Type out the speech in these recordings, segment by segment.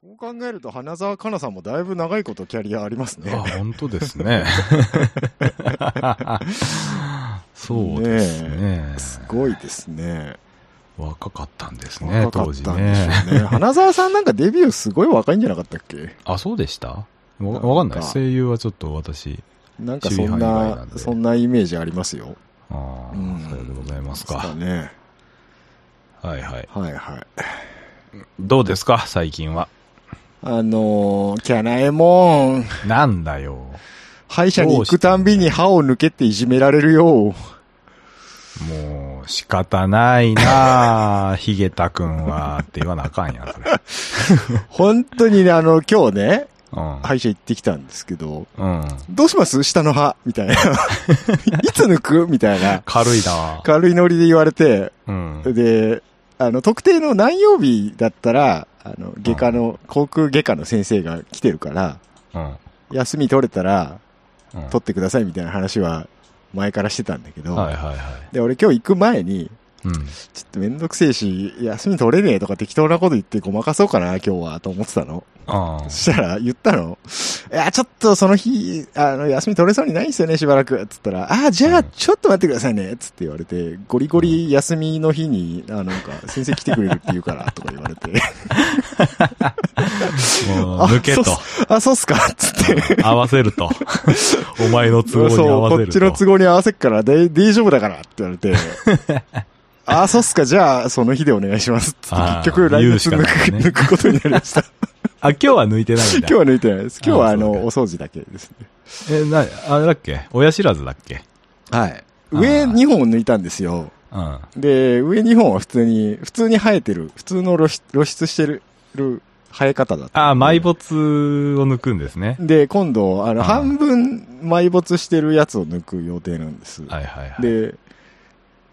そう考えると、花澤香菜さんもだいぶ長いことキャリアありますあ、ね。本当です ね。そうですね。すごいですね。若かったんですね、若か当っ時たんでしょね。うね。花澤さんなんかデビューすごい若いんじゃなかったっけあ、そうでしたわなんかわかんない。声優はちょっと私、なんかそん周囲範囲外な、なんでそんなイメージありますよ。ああ、うんさようでございますそうだか。ね。はいはい。はいはい。どうですか、最近は。あのー、キャナエモン、なんだよ。歯医者に行くたんびに歯を抜けっていじめられるよ。もう、仕方な いなあヒゲタくんは、って言わなあかんやん、それ。本当にね、あの、今日ね、うん。歯医者行ってきたんですけど、うん。どうします下の歯みたいな。い つ抜くみたいな。軽いな軽いノリで言われて、うん。 で、あの、特定の何曜日だったら、あの、外科の、航空外科の先生が来てるから、うん。休み取れたら、うん取ってくださいみたいな話は、前からしてたんだけど、はいはいはい。で、俺今日行く前に、うん。ちょっとめんどくせえし、休み取れねえとか適当なこと言ってごまかそうかな、今日は、と思ってたの。 ああそ。したら、言ったの。いや、ちょっとその日、あの、休み取れそうにないんですよね、しばらく。つったら、ああ、じゃうあ、んちょっと待ってくださいね。つって言われて、ゴリゴリ休みの日に、あなんか、先生来てくれるって言うから、 とか言われて。もう、抜けあそうとっ。すあ、そうっすかつって。合わせると。お前の 都合に合そう、わこせっると。ちの都合に合わせっから、で大丈夫だからって言われて。 あ、そうっすか、じゃあ、その日でお願いします。つってあー結局、来言う月しか抜なく,、いね抜くことになりま した。あ、今日は抜いてないん今だ。日は抜いてないです。今日は、ああーその、うかお掃除だけですね。え、な、あれだっけ親知らずだっけはい。あ上ー2本抜いたんですよ。うん。で、上2本は普通に、普通に生えてる、普通の露出露出してるる生え方だった。あ、埋没を抜くんですね。で、今度、あの、あー半分埋没してるやつを抜く予定なんです。はいはいはい。で、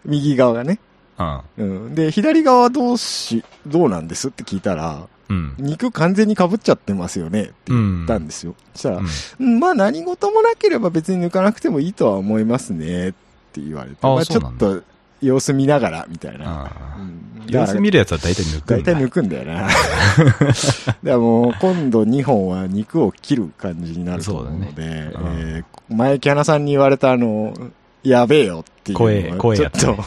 右側がね。うん。うん。で、左側はどうし、どうなんですって聞いたら、うん。肉完全に被っちゃってますよねって言ったんですよ。そしたら、うんうんまあ何事もなければ別に抜かなくてもいいとは思いますねって言われて、あまあちそうょなっんだと様子見ながらみたいな。うあんー様子見るやつは大体抜く大んだ。体抜くんだよ な。だからもう今度2本は肉を切る感じになると思うので、そうだねうんえー前キャナさんに言われたあの、やべえよっていうのは怖え怖えちょやっつねと、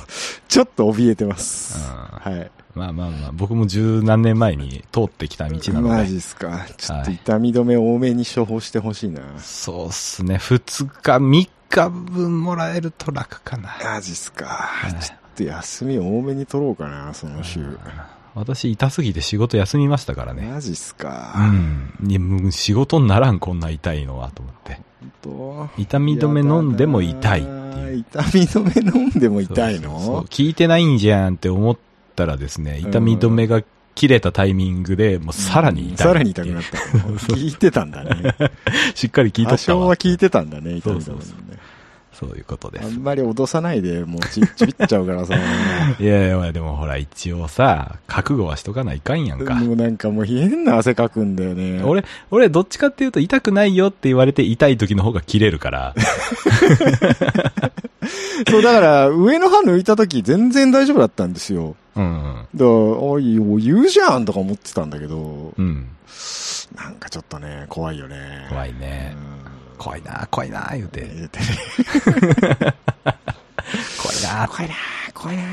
ちょっと怯えてます。うんはい。まあまあまあ、僕も十何年前に通ってきた道なのマで。ジっすか。ちょっと痛み止め多めに処方してほしいな。そうっすね。二日、三日分もらえると楽かな。マジっすかい。ちょっと休み多めに取ろうかな、その週。私、痛すぎて仕事休みましたからね。マジっすうか。ん。いやもう仕事にならん、こんな痛いのは、と思って。本当痛み止め飲んでも痛いっていう。痛み止め飲んでも痛いのそうそうそう効いてないんじゃんって思ったらですね、痛み止めが切れたタイミングで、もうさらに痛い。さらに痛くなった。聞いてたんだね。しっかり効いと多った少わは。聞いてたんだね、痛そみう止そめうねそうそういうことであす。んまり脅さないで、もう ちちびっちゃうからさ。いやいや、でもほら、一応さ、覚悟はしとかないかんやんか。もうなんかもう変な汗かくんだよね。俺、俺、どっちかっていうと、痛くないよって言われて、痛い時の方が切れ るから。そう、だから、上の歯抜いた時全然大丈夫だったんですよ。うん。だから、おい、お言うじゃんとか思ってたんだけど、うん。なんかちょっとね、怖いよね。怖いね。怖いな、怖いな、言うて。うん。怖い な、怖いなー怖いなーって言ったらね、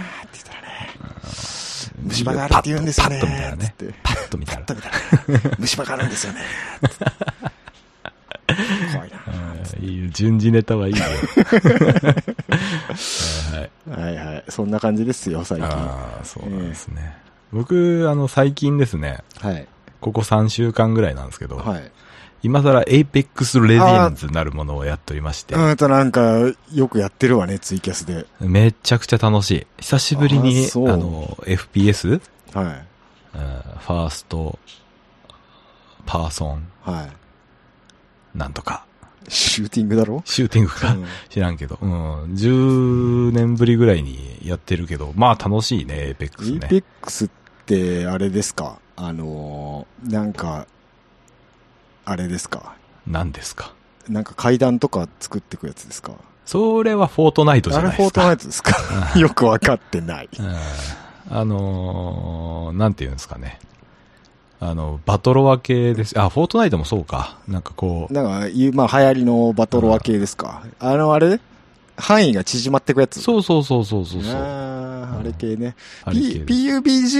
虫歯があるって言うんですよねパッと見たらねつって。パッと見たパらッ。 と見たらね、虫歯があるん ですよねつって怖いなうんいいよ順次ネタ はいいよ。はいはい。ーはいはい。そんな感じですよ、最近。はああ、そうなんですね。僕、あの、最近ですね、い。ここ3週間ぐらいなんですけど、はい。今更エイペックスレディアンズなるものをやっておりましてう、ーんとなんか、よくやってるわね、ツイキャスで。めちゃくちゃ楽しい。久しぶりあに、ーあそうの、FPS、うんはい。ファースト、パーソン、はなんとか、い。シューティングだろシューティングか、うん知らんけど、うん、10年ぶりぐらいにやってるけど、まあ楽しいね、エイペックスね。 APEX って、あれですかあのー、なんか、あれですか何ですかなんか階段とか作ってくやつですかそれはフォートナイトじゃあれないフでォーすトナイか。トですか よくわかってない。うんあのー、なんていうんですかね。あの、バトロワ系です。あ、フォートナイトもそうか。なんかこう、なんか、いうまあ、流行りのバトロワ系ですか。あの、あれ範囲が縮まってくやつ。そうそうそうそうそうそう。あーあれ系ね。あれ P- 系です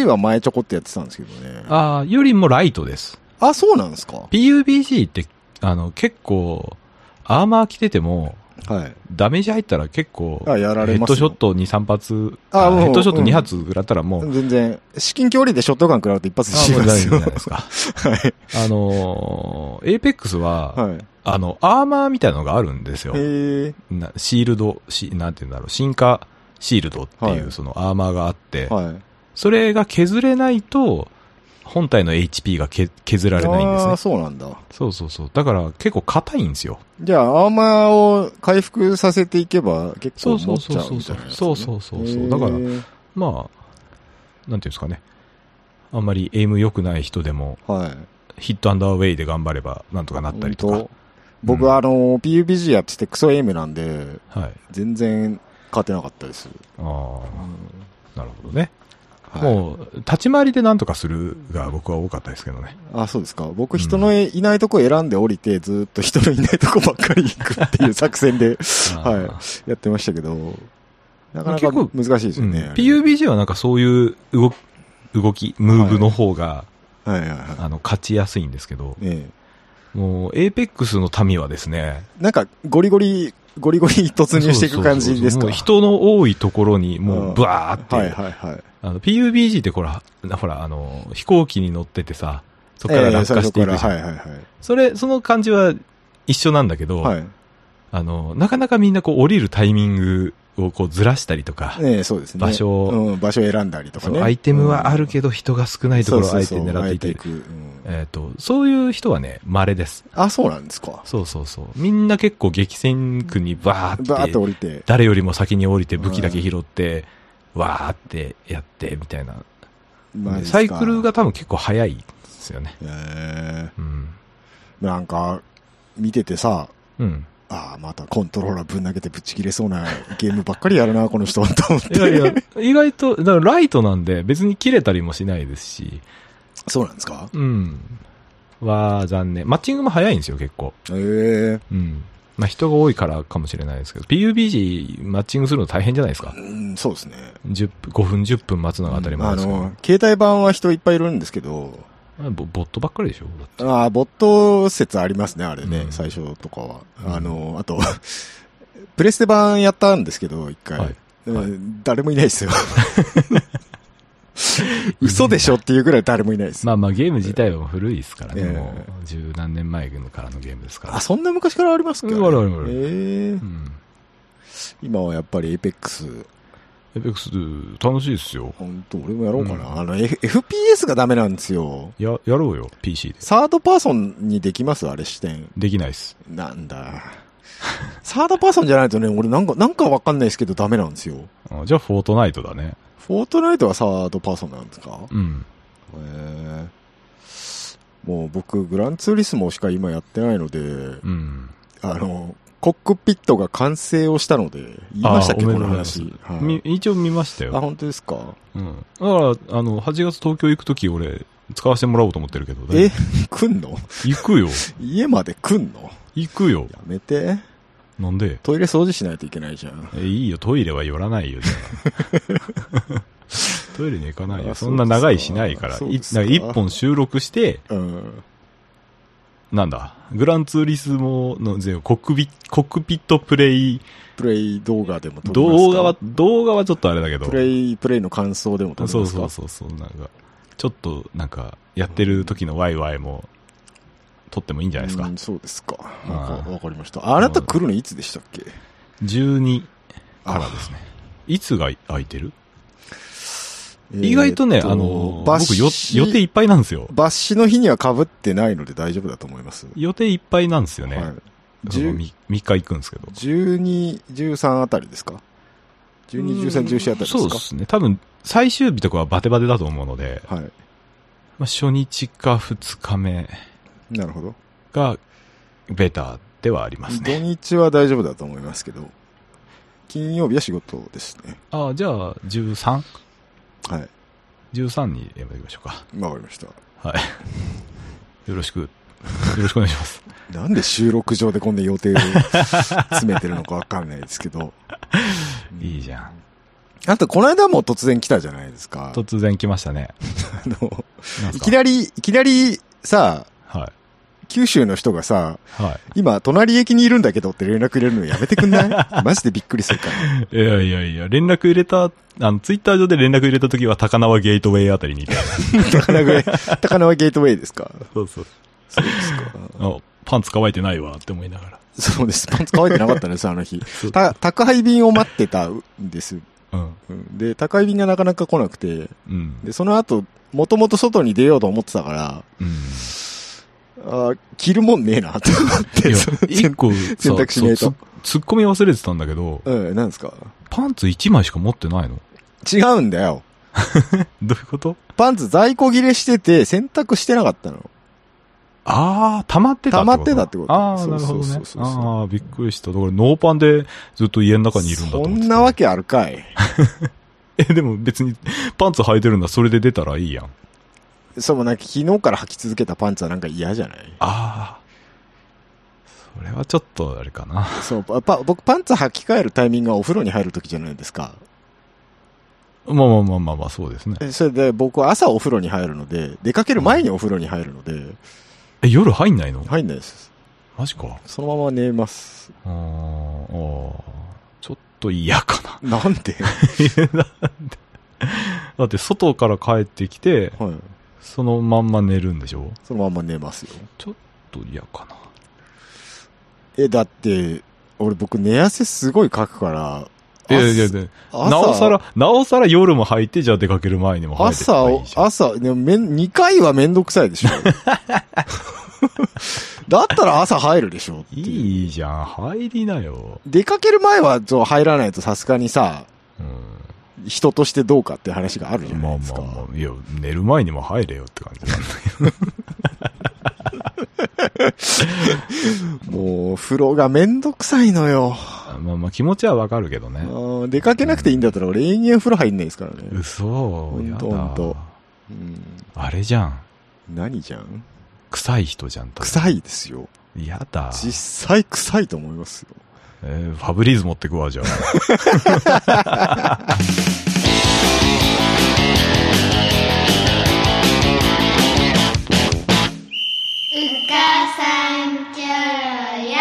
PUBG は前ちょこっとやってたんですけどね。あ、ああ、よりもライトです。そうなんですか PUBG って、あの、結構、アーマー着てても、はい。ダメージ入ったら結構、あやられヘッますドよショット2、3発、ああもうヘッドショット2発食らったらもう、全然、至近距離でショットガン食らうと一発であ死もにうます大丈夫よじゃない。です か。はい。あのー、エイペックスは、はい。あの、アーマーみたいなのがあるんですよ。えなシールド、しなんて言うんだろう、進化シールドっていはういそのアーマーがあって、ー、はい。それが削れないと、本体の HP がけ削られないんですあねー。そうなんだ。そうそうそう。だから結構硬いんですよ。じゃあ、アーマーを回復させていけば結構そ持うっそうちゃうそうみたそいうなやつね。そうそうそうそうだからら。まあ、なんていうんですかね。あんまりエイム良くない人でも、はい。ヒットアンダーウェイで頑張ればなんとかなったりと本か当。。僕うんはあの、PUBG やっててクソエイムなんで、はい。全然勝てなかったです。ああ、なるほどね。はいもう、立ち回りでなんとかするが僕は多かったですけどね。あ、そうですか。僕、人のいないとこ選んで降りて、ずーっと人のいないとこばっかり行くっていう作戦ではやってましたけど、なかなか結構難しいですうよんね。あれ PUBG はなんかそういう動き、動き、ムーブの方が、はいはいはあの、勝ちやすいんですけどい。、ねもう、エイペックスの民はですね、えなんか、ゴリゴリ、ゴリゴリ突入していく感じですかそうそうそうもう人の多いところに、もうんう、ブワーって、はいはいはい。あの、PUBG ってこれ、ほら、あの、飛行機に乗っててさ、そこからええ落最下初していかくじゃら、んはいはいそれ、その感じは一緒なんだけど、はい。はい。あの、なかなかみんなこう降りるタイミングをこうずらしたりとか、ねえそうですね。場所をうん、場所選んだりとかそうね。アイテムはあるど、けど人が少ないところをあえて狙っていたいり、く。うんえっ、と、そういう人はね、稀です。あ、そうなんですか。そうそうそう。みんな結構激戦区にババーーっッとて、降りて。誰よりも先に降りて武器だけ拾って、わーってやって、みたいな。マジっすかサイクルが多分結構早いですよね。えうん。ーなんか、見ててさ、うん。 ああ、またコントローラーぶん投げてぶっち切れそうなゲームばっかりやるな、この 人は、と思って。いやいや、意外と、だからライトなんで別に切れたりもしないですし、そうなんですかうん。は、残念。マッチングも早いんですよ、結構。ええうん。まあ人が多いからかもしれないですけど、PUBG マッチングするの大変じゃないですか。うん、そうですね。 10 5分、10分待つのが当たり前あですけど、の、携帯版は人いっぱいいるんですけど、あボボットばっかりでしょだってああ、ボット説ありますね、あれね、うん最初とかは。うんあの、あと、 プレステ版やったんですけど、一回、はいうん誰もいないです よ。嘘でしょっていうぐらい誰もいないです。まあまあゲーム自体は古いですからね、ええもう十何年前からのゲームですから。あ、そんな昔からありますか、うんあるあるあるええうん。今はやっぱりエイペックス、エペックス楽しいですよ。本当俺もやろうかな。うんあの、F、FPS がダメなんですよ。や、やろうよ、PC で。サードパーソンにできますあれ視点。できないです。なん だ。サードパーソンじゃないとね、俺なんか、なんかわかんないですけどダメなんですよ。あじゃあ、フォートナイトだね。フォートナイトはサードパーソンなんですかうん。へえもう僕、グランツーリスモしか今やってないので、うん。あの、コックピットが完成をしたので、言いましたっけ、あーこおめでのとうござい話。はいみ一応見ましたあ、よ。本当ですかうん。だから、あの、8月東京行くとき俺、使わせてもらおうと思ってるけど。え 来んの行くよ。家まで来んの行くよ。やめて。なんでトイレ掃除しないといけないじゃん。えいいよ、トイレは寄らないよ、じ ゃあトイレに行かないよ。あそんな長いしないから。そういでだすかから一本収録して、うん。なんだ、グランツーリスモの全部コックビ、コックピットプレイ、プレイ動画でも撮りますか動画は、動画はちょっとあれだけど。プレイ、プレイの感想でも撮りますそかうそうそうそう、なんか、ちょっとなんか、やってる時のワイワイも、撮ってもいいんじゃないですかうん。そうですか。うんなんかわかりました。あなた来るのいつでしたっけ12あからですね。いつが空いてるえーっ意外とね、あの、バッ僕よシ予定いっぱいなんですよ。バッシの日には被ってないので大丈夫だと思います。予定いっぱいなんですよね。はいその10 3, 日行くんですけど。 12、13あたりですか ?12、13、14あたりですかそうですね。多分、最終日とかはバテバテだと思うので、はまあ、初日か2日目い。なるほど。が、ベターではあります土ね。日は大丈夫だと思いますけど、金曜日は仕事ですね。ああ、じゃあ、13?13 はい。 13にやめていきましょうか。わかりました。はい。よろしく、よろしくお願い します。なんで収録上でこんな予定を詰めてるのかわかんないですけど。 いいじゃん。あと、この間も突然来たじゃないですか。突然来ましたね。あの、なんすいかきなり、いきなりさ、はい。九州の人がさ、は今、隣駅にいるんだけどって連絡入れるのやめてくんない マジでびっくりするから。い。いやいやいや、連絡入れた、あの、ツイッター上で連絡入れた時は高輪ゲートウェイあたりにいた。高輪ゲ高輪ゲートウェイですかそうそう。そうですか。あ、パンツ乾いてないわって思いながら。そうです。パンツ乾いてなかったんです、あの日そう。た、宅配便を待ってたんです。うん。うんで、宅配便がなかなか来なくて、うん。で、その後、もともと外に出ようと思ってたから、うん。あー着るもんねえな、と思っいて。やその一個さ、選択肢ねえとそうツッコミ忘れてたんだけど、うん、なんですかパンツ1枚しか持ってないの違うんだよ。どういうことパンツ在庫切れしてて、洗濯してなかったの。ああ、溜まってた溜まってたってことああ、そなうそるほうどそねう。そうああ、びっくりした。だからノーパンでずっと家の中にいるんだと思そってたんな わけあるかい。え、でも別にパンツ履いてるんだ、それで出たらいいやん。そう、なんか昨日から履き続けたパンツはなんか嫌じゃないああ。それはちょっとあれかな。そう、パパ、僕パンツ履き替えるタイミングはお風呂に入るときじゃないですか。まあまあまあまあまあ、そうですね。えそれで僕は朝お風呂に入るので、出かける前にお風呂に入るので、え、夜入んないの入んないです。マジか。そのまま寝ます。あーあー、ちょっと嫌かな。なんでだって外から帰ってきて、はい。そのまんま寝るんでしょそのまま寝ますよ。ちょっと嫌かな。え、だって、俺僕寝汗すごいかくから、いやいやい朝や、なおさら、なおさら夜も履いて、じゃあ出かける前にも履いてったらいいじゃ朝、ん。朝、でもめん、2回はめんどくさいで しょ。だったら朝入るでしょっていういいじゃん、入りなよ。出かける前はそう入らないとさすがにさ、うん。人としてどうかっていう話があるじゃまなあいですまか。あまあ、いや、寝る前にも入れよって感じ なんだけもう、風呂がめんどくさいのよ。ど。まあまあ、気持ちはわかるけどね。うん出かけなくていいんだったら俺永遠風呂入んないですからね。嘘、やほんとほんとだ。うん、あれじゃん。何じゃん臭い人じゃん、多分臭いですよ。やだ。実際臭いと思いますよ。えーファブリーズ持ってくわ、じゃあ。うかさんきょうや。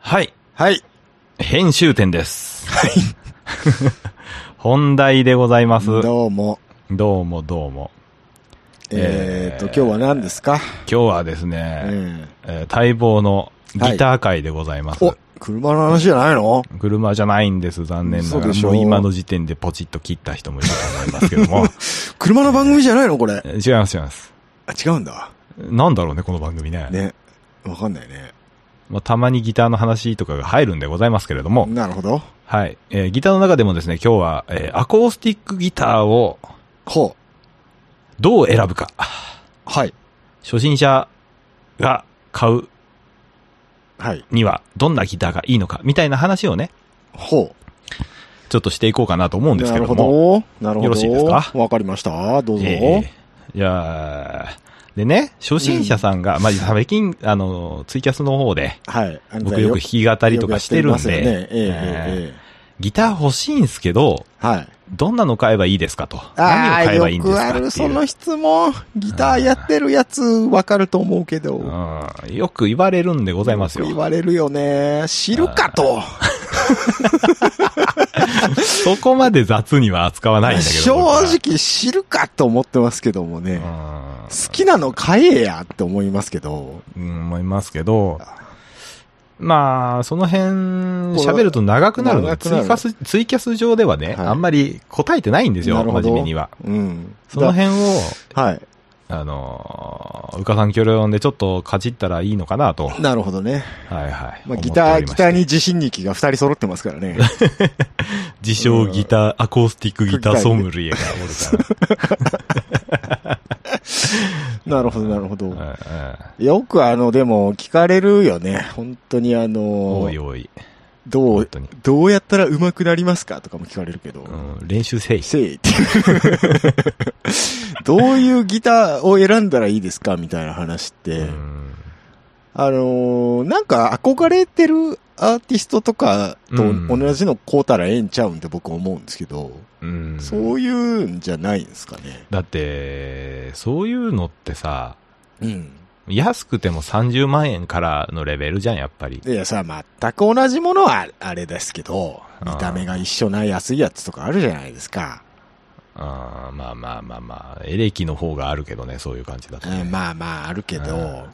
はい。はい。編集点です。はい。本題でございます。どどうも。うもどうも。えー、っと、えー今日は何ですか、今日はですね、ええー待望のギター会でございます。ーお、車の話じゃないの車じゃないんです、残念なが嘘でら。しょもう今の時点でポチッと切った人もいると思いますけ ども。車の番組じゃないのこれ。えー違います、違います。あ、違うんだ。なんだろうね、この番組ね。ね。わかんないね。まあ、たまにギターの話とかが入るんでございますけれども。なるほど。はい。えーギターの中でもですね、今日は、えーアコースティックギターをほどう選ぶか。う。はい。初心者が買うはい。にはどんなギターがいいのかみたいな話をね、ほちょっとしていこうかなと思うう。んですなけるれほども。ど。なるほど。よろしいですかわかりました。どうぞ。ええいやーでね、初心者さんが、まあ、最近、あの、ツイキャスの方で、はい。安僕よく弾き語りとかしてるんで、ね、ええええええギター欲しいんすけど、えはい。どんなの買えばいいですかと。何をああ買えばいー、いんよでくすかっあていうる、その質問。ギターやってるやつ、わかると思うけど。うんよく言われるんでごございますよ。言われるよね。知るかと。そこまで雑には扱わないんだけど。正僕は。直知るかと思ってますけどもね。うん好きなの買えやって思いますけど。うん、思いますけど、まあ、その辺、喋ると長くなる長ので、くツなイるキャス、ツイキャス上ではね、はいあんまり答えてないんですよ、なるほ真ど面目には。うん。その辺を、だはい。あのー、うかさん協力でちょっとかじったらいいのかなと。はなるほどね。いはい。まあ、ギター、ギターに。に自信に気が二人揃ってますから ね。自称ギター、アコースティックギターソムリエがおるかなるほど、なるほど。らうんうん。よくあの、でも、聞かれるよね。本当にあおのい、おい。ど本う、当に。どうやったら上手くなりますかとかも聞かれるけど。うん、練習せい。せいって いうどういうギターを選んだらいいですかみたいな話って、うんあのーなんか憧れてるアーティストとかとうん同じの買うたらええんちゃうんって僕思うんですけど、うん。そういうんじゃないんですかね。だって、そういうのってさ、うん。安くても30万円からのレベルじゃん、やっぱり。いやさ、全く同じものはあれですけど、見た目が一緒な安いやつとかあるじゃないですか。あーまあまあまあまあ、エレキの方があるけどね、そういう感じだと、うね。ん、まあまああるけうどん、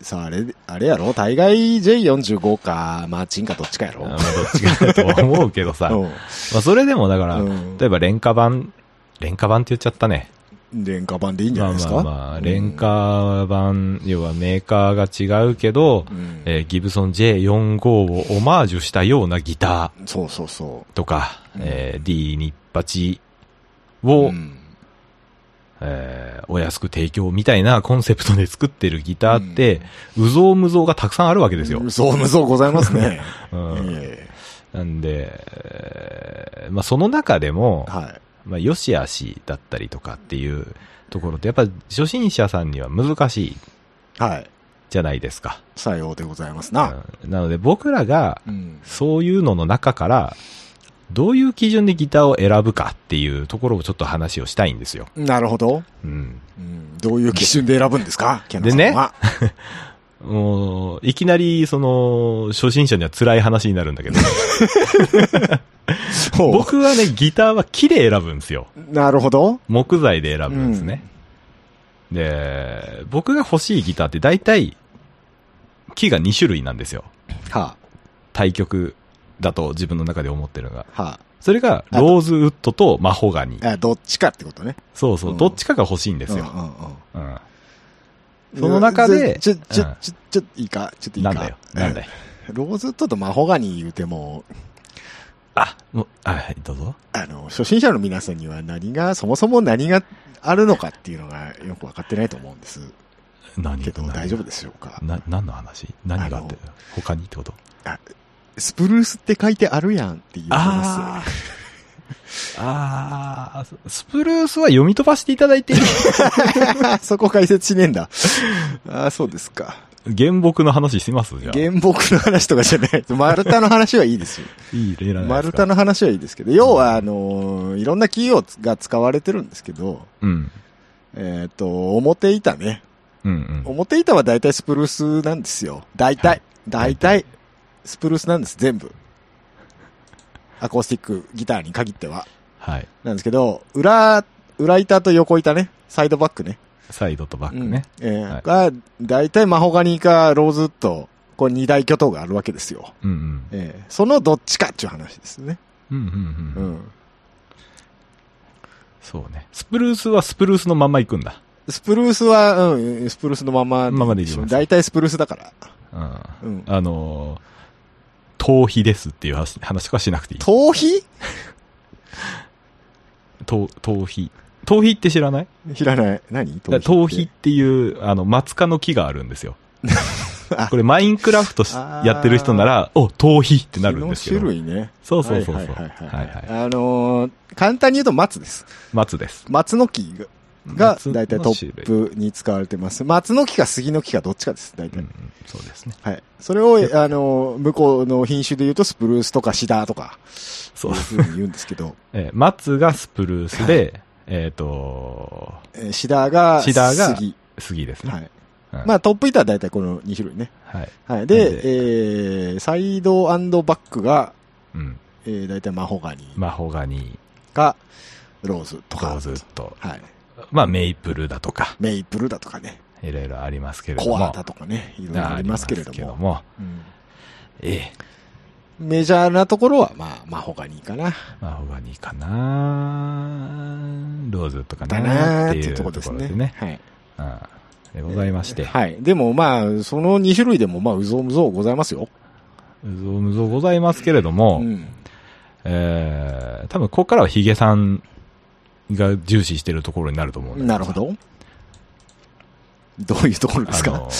さあ、あれ、あれやろ大概 J45 か、マーチンかどっちかやあろまあどっちかだと思うけどさ。まうあそれでもだから、ん。例えば廉価版、廉価版って言っちゃったね。廉価版でいいんじゃまなあいですまあかまあ、廉価版、要はメーカーが違うけど、うんえーギブソン J45 をオマージュしたようなギタそうそうそーとか、うんえー D28 う。を、うんえーお安く提供みたいなコンセプトで作ってるギターって、うぞうむぞうがたくさんあるわけですよ。そう、無造ございますね。うんえなんで、えーまあその中でもえ、はい。まあ、よしあしだったりとかっていうところって、やっぱ初心者さんには難しいはい。じゃないですか。さようでございますな。うんなので僕らが、うん。そういうのの中から、どういう基準でギターを選ぶかっていうところをちょっと話をしたいんですよ。なるほど。うん。うんどういう基準で選ぶんですかケンナでさんねは。もう、いきなり、その、初心者には辛い話になるんだ けど、ほう僕はね、ギターは木で選ぶんですよ。なるほど。木材で選ぶんですね。で、僕が欲しいギターって大体、木が2種類なんですよ。は対局だと自分の中で思ってるのが。あ、はそれが、ローズウッドとマホガニ。あ。あどっちかってことね。そうそうう、んどっちかが欲しいんですうよん。うんうんうん。その中でちょ、ちょうん、ちょ、ちょ、いいかちょっといいなかんだよ、なんだよ。うんローズウッドとマホガニ言うても、あ、もう、あはい、どうぞ。あの、初心者の皆さんには何が、そもそも何があるのかっていうのがよくわかってないと思うんです。何けど、何大丈夫でしょうかな、何の話何があってあ他にってことスプルースって書いてあるやんって言ってまあーあー、スプルースは読み飛ばしていただいていいす。 そこ解説しねえんだ。ああ、そうですか。 原木の話しますじゃあ。原木の話とかじゃない。丸太の話はいい ですよ。いい例なんですか丸太の話はいいですけど、要は、あのーいろんな企業が使われてるんですけど、うん。えっ、と、表板ね。うんうん。表板は大体スプルースなんですよ。大体。はい大体、スプルースなんです、全部。アコースティック、ギターに限っては。はい。なんですけど、裏、裏板と横板ね、サイドバックね。サイドとバックね。うんえーはいが、大体マホガニかローズウッド、これ二大巨頭があるわけですよ。うんうん。えーそのどっちかっていう話ですね。うんうんううん。ん。そうね。スプルースはスプルースのまんま行くんだ。スプルースは、うん、スプルースのまま。ままでいきます大体スプルースだから。ううん。ん。あのー、頭皮ですっていう話話とかしなくていい。頭皮頭、頭皮。頭皮って知らない知らない。何だから頭皮っていう、あの、松科の木があるん ですよ。これマインクラフトしあーやってる人なら、お、頭皮ってなるんです木よ。の種類ね。そうそうそうそはう。はいいははいいははいい。あのー簡単に言うと松です。松です。松の木がが松の大体トップに使われてます。松の木か杉の木かどっちかです、大うん体。うん、そうですね。はい。それを、あのー向こうの品種で言うとスプルースとかシダーとか、そうそういう。ふうに言うんですけど、えー松がスプルースで、えっ、と、えーシダーがシダーが杉。杉ですね。ははい。い。うんまあトップ板は大体この2種類ね。はい。でで、えー、サイドバックが、うん。えー、大体マホガニマホガニ、か、ローズとロか。ーズウッド、はい。まあメイプルだとか、メイプルだとかね。いろいろありますけれども。コアだとかね、いろいろありますけれどありまも。うんええ。メジャーなところは、まあ、まあ他にいいかな。マホガニかなローズとかだななーっってていいううととこころですね。でね。はい。うんでございまして。はい。でもまあ、その2種類でもまあ、うぞうむぞうございますよ。うぞうむぞうございますけれども、うん。えー、多分ここからはヒゲさんが重視してるところになると思うんだけなるほど。どういうところですあかの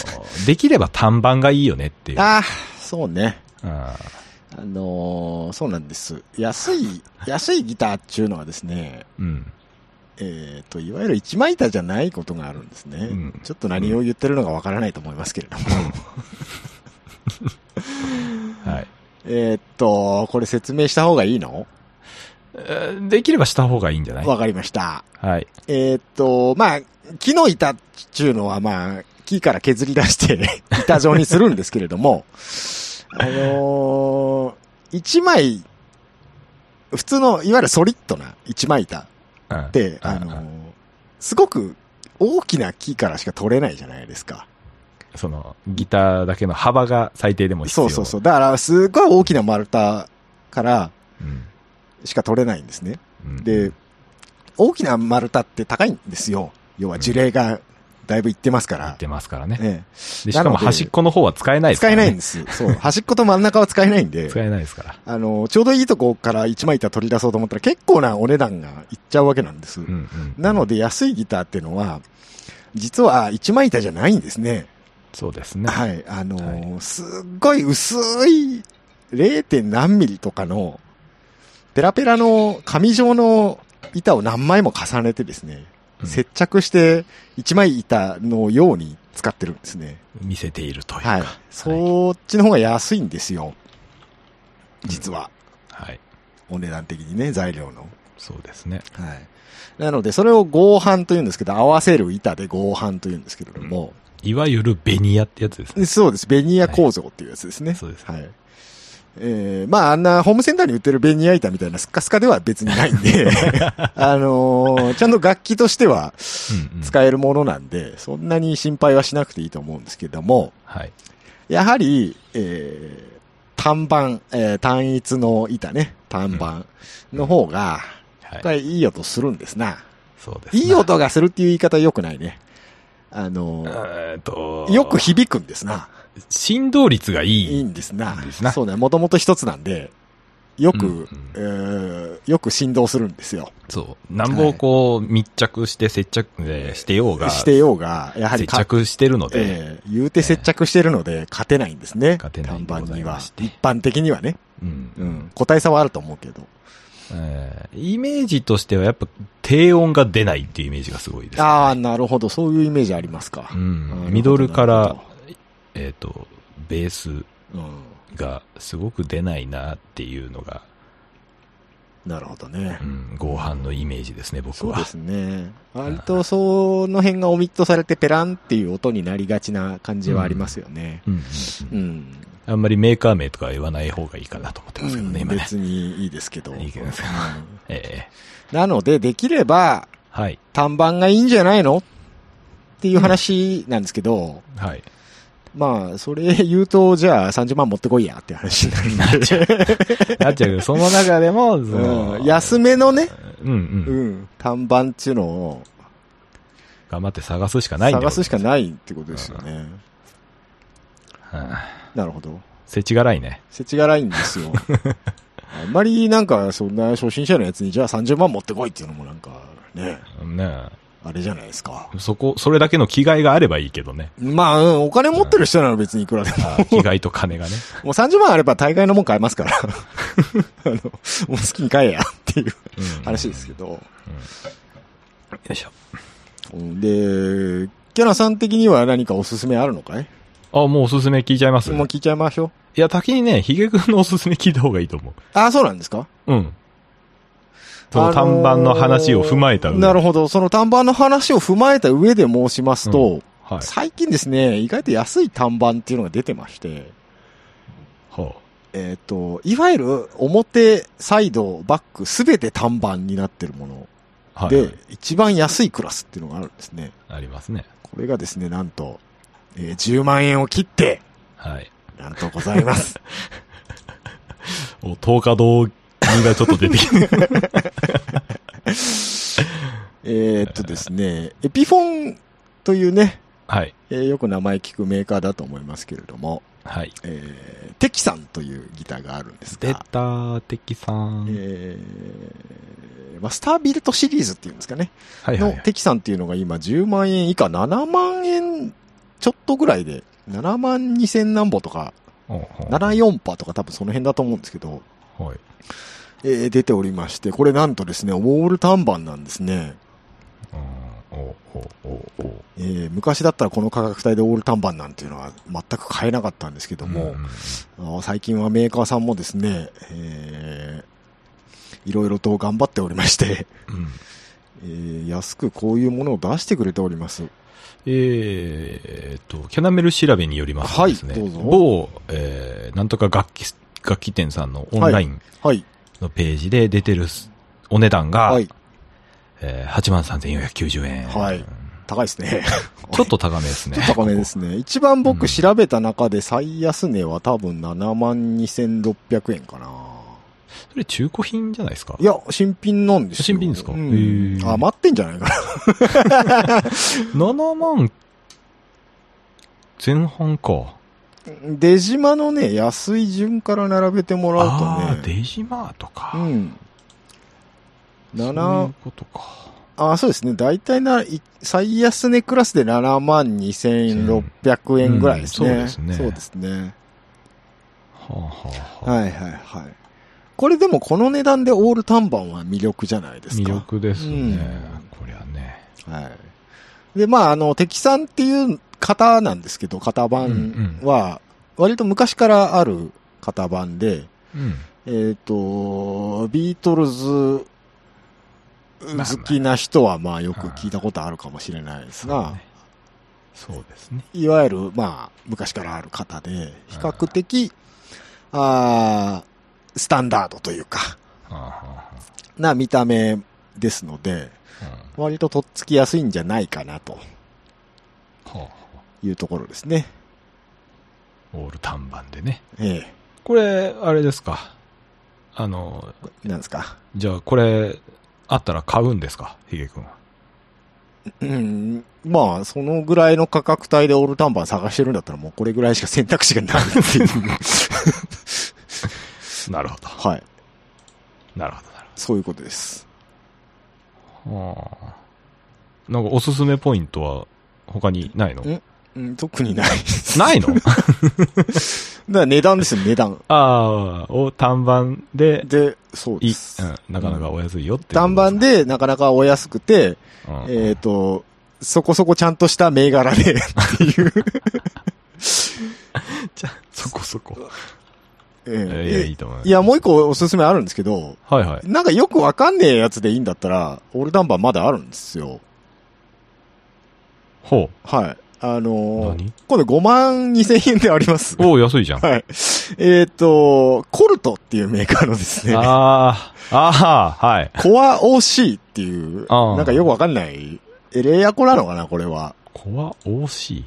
できれば短板がいいよねっていう。ああ、そうね。うんあのーそうなんです。安 い、安いギターっていうのはですね、うん。えっ、と、いわゆる一枚板じゃないことがあるんですね。うんちょっと何を言ってるのかわからないと思いますけれども。はい。えっと、これ説明した方がいいのえーできればした方がいいんじゃないわかりました。はい。えっと、まあ、木の板っていうのはまあ、木から削り出して 板状にするんですけれども、あのー一枚、普通の、いわゆるソリッドな一枚板うんっ。て、うんあのうーすごく大きな木からしか取れないじゃないですか。その、ギターだけの幅が最低でも必そ要。。うそうそうう。だから、すごい大きな丸太からうん。しか取れないんですね。うんで、、大きな丸太って高いんですよ。要は樹齢がだいぶいってますから。言ってますからね。えでしかもなので端っこの方は使えなえ、いですか使えら、ね。ないんです。 そう。端っこと真ん中は使えないんで使、えないですから。あの、ちょうどいいとこから一枚板取り出そうと思ったら結構なお値段がいっちゃうわけなんです。うんうん。なので安いギターっていうのは、実は一枚板じゃないんですね。そうですね。はい。あのーはすっごい薄い 0. 何ミリとかの、ペラペラの紙状の板を何枚も重ねてですね、うん接着して一枚板のように使ってるんですね。見せているというか。はい。そっちの方が安いんですよ。実は、はい。お値段的にね、材料の。そうですね。はい。なので、それを合板というんですけど、合わせる板で合板というんですけれども、いわゆるベニヤってやつですね。そうです。ベニヤ構造っていうやつですね。そうです。はい。えー、まあ、あんなホームセンターに売ってるベニヤ板みたいなスッカスカでは別にないん で、あのーちゃんと楽器としてはうんうん使えるものなんで、そんなに心配はしなくていいと思うんですけども、はい。やはり、えー、単板、えー、単一の板ね、単板の方が、はい。これいい音するんですな。そうですね、いい音がするっていう言い方は良くないね。あのーえーっと、よく響くんですな。振動率がいいいい。んですな。いいんですなそうだ、もともと一つなんで、よく、うんうんえーよく振動するんですよ。そう。なんぼこう、密着して接着、えーしてようが、してようが、やはり接か、着してるので、えー言うて接着してるので、勝てないんですね。勝てないんで看ご板ざにいはまし。て一般的にはね。うんう。ん。個体差はあると思うけど。えーイメージとしてはやっぱ低音が出ないっていうイメージがすごいです、ね。ああ、なるほど。そういうイメージありますか。うんなるほどミドルなかるらほ、えっ、と、ベースどうん。がすごく出ないなっていうのが、なるほどねう。ん、合板のイメージですね、僕そうは。ですね。割とその辺がオミットされてペランっていう音になりがちな感じはありますよね。うんうんううんん。あんまりメーカー名とかは言わない方がいいかなと思ってますけどね、うん今ね。別にいいですけど。いいけどうねんええなので、できれば、はい。単板がいいんじゃないのっていう話なんですけど、はい。まあ、それ言うと、じゃあ30万持ってこいやって話になるん なっちゃうで。なっちゃうけど、その中でも、その、うん安めのね、うんう。うんん、単板っていうのを頑張って探すしかないんだ探すしかない。ないってことですよね。うんなるほど。世知辛いね。世知辛いんです よ。あんまりなんか、そんな初心者のやつに、じゃあ30万持ってこいっていうのもなんか、ね、ねあれじゃないですか。えそこ、それだけの気概があればいいけど ね。まあ、うん、お金持ってる人なら別にいく らでもあ気概と金がね。もう30万あれば大概のもん買えます から。あの、もう好きに買えやっていううん話ですけど。よいしょ。うんで、キャラさん的には何かおすすめあるのかいあ、もうおすすめ聞いちゃいますもう聞いちゃいましょう。いや、先にね、ヒゲくんのおすすめ聞いた方がいいと思ああ、そうなんですかう。うん。その単板の話を踏まえたあ上のーなるほど。その単板の話を踏まえた上で申しますと、はい。最近ですね、意外と安い単板っていうのが出てまして、ほえっ、と、いわゆる表、サイド、バック、すべて単板になってるものう。はい。で、一番安いクラスっていうのがあるんですね。ありますね。これがですね、なんと、えー10万円を切って、はい。なんとござい ます。お、10日堂がちょっと出て きて。えーっとですね、エピフォンというね、はい。えーよく名前聞くメーカーだと思いますけれども、はい。えー、テキさんというギターがあるんです出が、たー、テキさん。えーまあ、スタービルトシリーズっていうんですかね、はいはい、のはい。テキさんっていうのが今10万円以下7万円ちょっとぐらいで、7万2千何歩とか、おうおう74波とか多分その辺だと思うんですけど、はい。えー出ておりまして、これなんとですね、オール単板なんですね。うんおうおうおうおうえー昔だったらこの価格帯でオール単板なんていうのは全く買えなかったんですけども、んあの最近はメーカーさんもですね、えーいろいろと頑張っておりまして、うんえー安くこういうものを出してくれております。えーっと、キャナメル調べによりますとですね、はいどうぞ某、えー、なんとか楽器、楽器店さんのオンラインはい。のページで出てるすお値段が、はい。えー、83,490円。はい高いですね。 ちょっと高めですね。ちょっと 高めですね。一番う僕ん調べた中で最安値は多分72,600円かな。ここ。それ中古品じゃないですかいや、新品なんですよ。新品ですかうんへーあ、待ってんじゃないか な。 7万前半か。出島のね、安い順から並べてもらうとああー、ね。デジマートか。うん。そうい7う、ことか。あ、そうですね。大体な、い最安値クラスで7万2600円ぐらいですね。うんそうですねそうですね。はあ、はあ、はあ。はいはいはい。これでもこの値段でオール単板は魅力じゃないです魅か。力ですね。うんこりゃね。はい。で、まあ、あの、敵さんっていう型なんですけど、型番は、割と昔からある型番で、うん。えっ、と、ビートルズまあ好きな人は、まあ、よく聞いたことあるかもしれないですが、そうですね。いわゆる、まあ、昔からある型で、比較的、あースタンダードというか、はあはな見た目ですので、あはあ割ととっつきやすいんじゃないかなとうんはあはいうところですね。あオール単板でね。えこれ、あれですか。あの、え、なんですか。じゃあこれ、あったら買うんですかヒゲ君は。うん、まあ、そのぐらいの価格帯でオールタンバー探してるんだったら、もうこれぐらいしか選択肢がないっていう。 なるほど。はい。なるほど、なるそういうことです。ほど。はあ。なんかおすすめポイントは他にないのんうん、特にない。ないの だから値段ですよ、値段。ああ、を単板で、で、そういい、です。うん、なかなかお安いよっていうこと単す板ね、でなかなかお安くて、うんえっ、と、そこそこちゃんとした銘柄でっていう。じゃあそこそこ。えいや、えいやいいと思います。いや、もう一個おすすめあるんですけど、はいはい。なんかよくわかんねえやつでいいんだったら、オールタンバーまだあるんですよ。ほはい。あう。のー、何今度5万2000円であります。おお、安いじゃん。あはい。えっ、と、コルトっていうメーカーのですね、あー、ああ、はい。コア OC っていう、あーなんかよくわかんない、エレアコなのかな、これは。コア OC。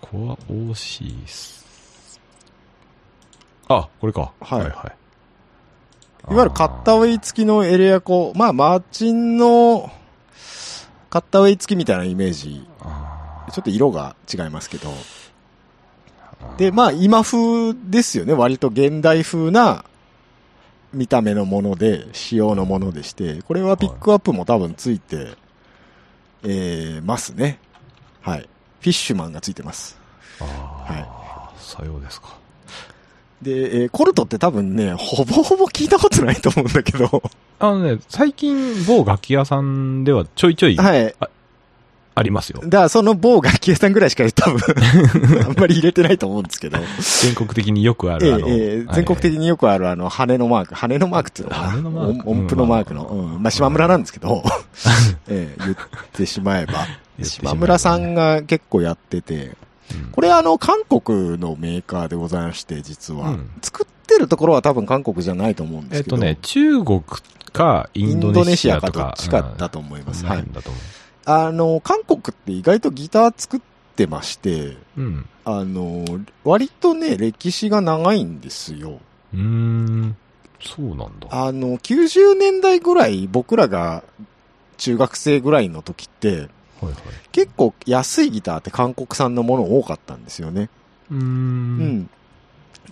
コア OC す。あ、これか。はいはいいわゆるカッターウェイ付きのエレアコ、まあ、マーチンのカッターウェイ付きみたいなイメージ、あーちょっと色が違いますけど。あーで、まあ、今風ですよね、割と現代風な、見た目のもので、仕様のものでして、これはピックアップも多分ついて、えーますね。はい。フィッシュマンがついてます。あー、さようですか。で、えーコルトって多分ね、ほぼほぼ聞いたことないと思うんだけど、あのね、最近、某楽器屋さんではちょいちょいはい。ありますよ。だからその某楽器屋さんぐらいしか多 分、あんまり入れてないと思うんですけど、全国的によくあええる、あの、ええ全国的によくあるあの、羽のマーク、羽のマークっていうのは、羽のマーク音音符のマークの、ううん、まあ、島村なんですけ ど、ええ言ってしまえば。言ってしまえ島ば村さんが結構やってて、うんこれあの、韓国のメーカーでございまして、実は。うん作ってるところは多分韓国じゃないと思うんでえすっけど。とね、中国かイインンドドネネシシアアかとどかっ。ちかだと思います。ははいい。。だと思あの、韓国って意外とギター作ってまして、う。うん。あの、割とね、歴史が長いんですよ。うーん。そうなんだ。あの、90年代ぐらい、僕らが中学生ぐらいの時って、はいはい。結構安いギターって韓国産のもの多かったんですよね。う。うんん。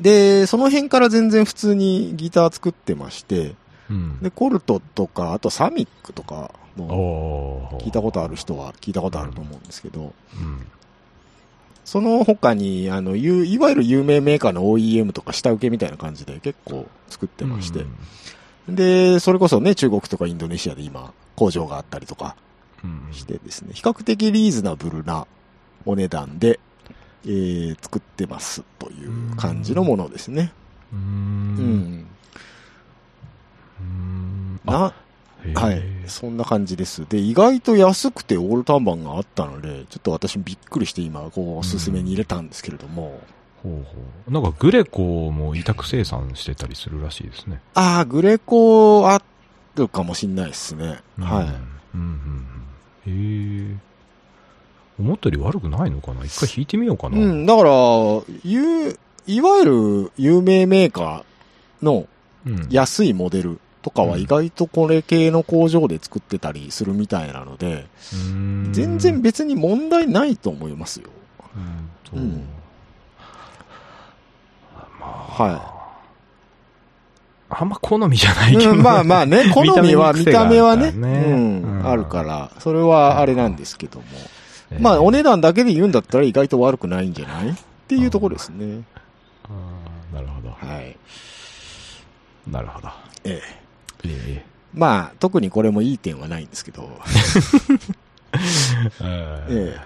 で、その辺から全然普通にギター作ってまして、うん。で、コルトとか、あとサミックとかもおー聞いたことある人は聞いたことあると思うんですけど、うん。その他に、あの、ゆいわゆる有名メーカーの OEM とか下請けみたいな感じで結構作ってまして、で、それこそね、中国とかインドネシアで今、工場があったりとかうん。うん。してですね、比較的リーズナブルなお値段で、えー作ってますという感じのものですね。う。うんん。うん。あ、な、へーはい。そんな感じです。で、意外と安くてオール単板があったので、ちょっと私びっくりして今、こう、おすすめに入れたんですけれども、ほうほう。なんかグレコも委託生産してたりするらしいですね。ああ、グレコあるかもしんないですね。はい。うん。うんうんうん。へえ。思ったより悪くないのかな一回弾いてみようかな。うん、だから、ゆいわゆる有名メーカーのうん。安いモデルとかはうん意外とこれ系の工場で作ってたりするみたいなので、うん、全然別に問題ないと思いますよ。 うんと、うんまあ、はあんま好みじゃないけど、うんまあ まあね、好みは、見見たた目目ははね、ね癖があるからねう、うんんあるから、それはあれなんですけども。えーまあ、お値段だけで言うんだったら意外と悪くないんじゃないっていうところですね。あーなるほど。はい。なるほど。えええまあ、特にこれもいい点はないんです けど。ええええ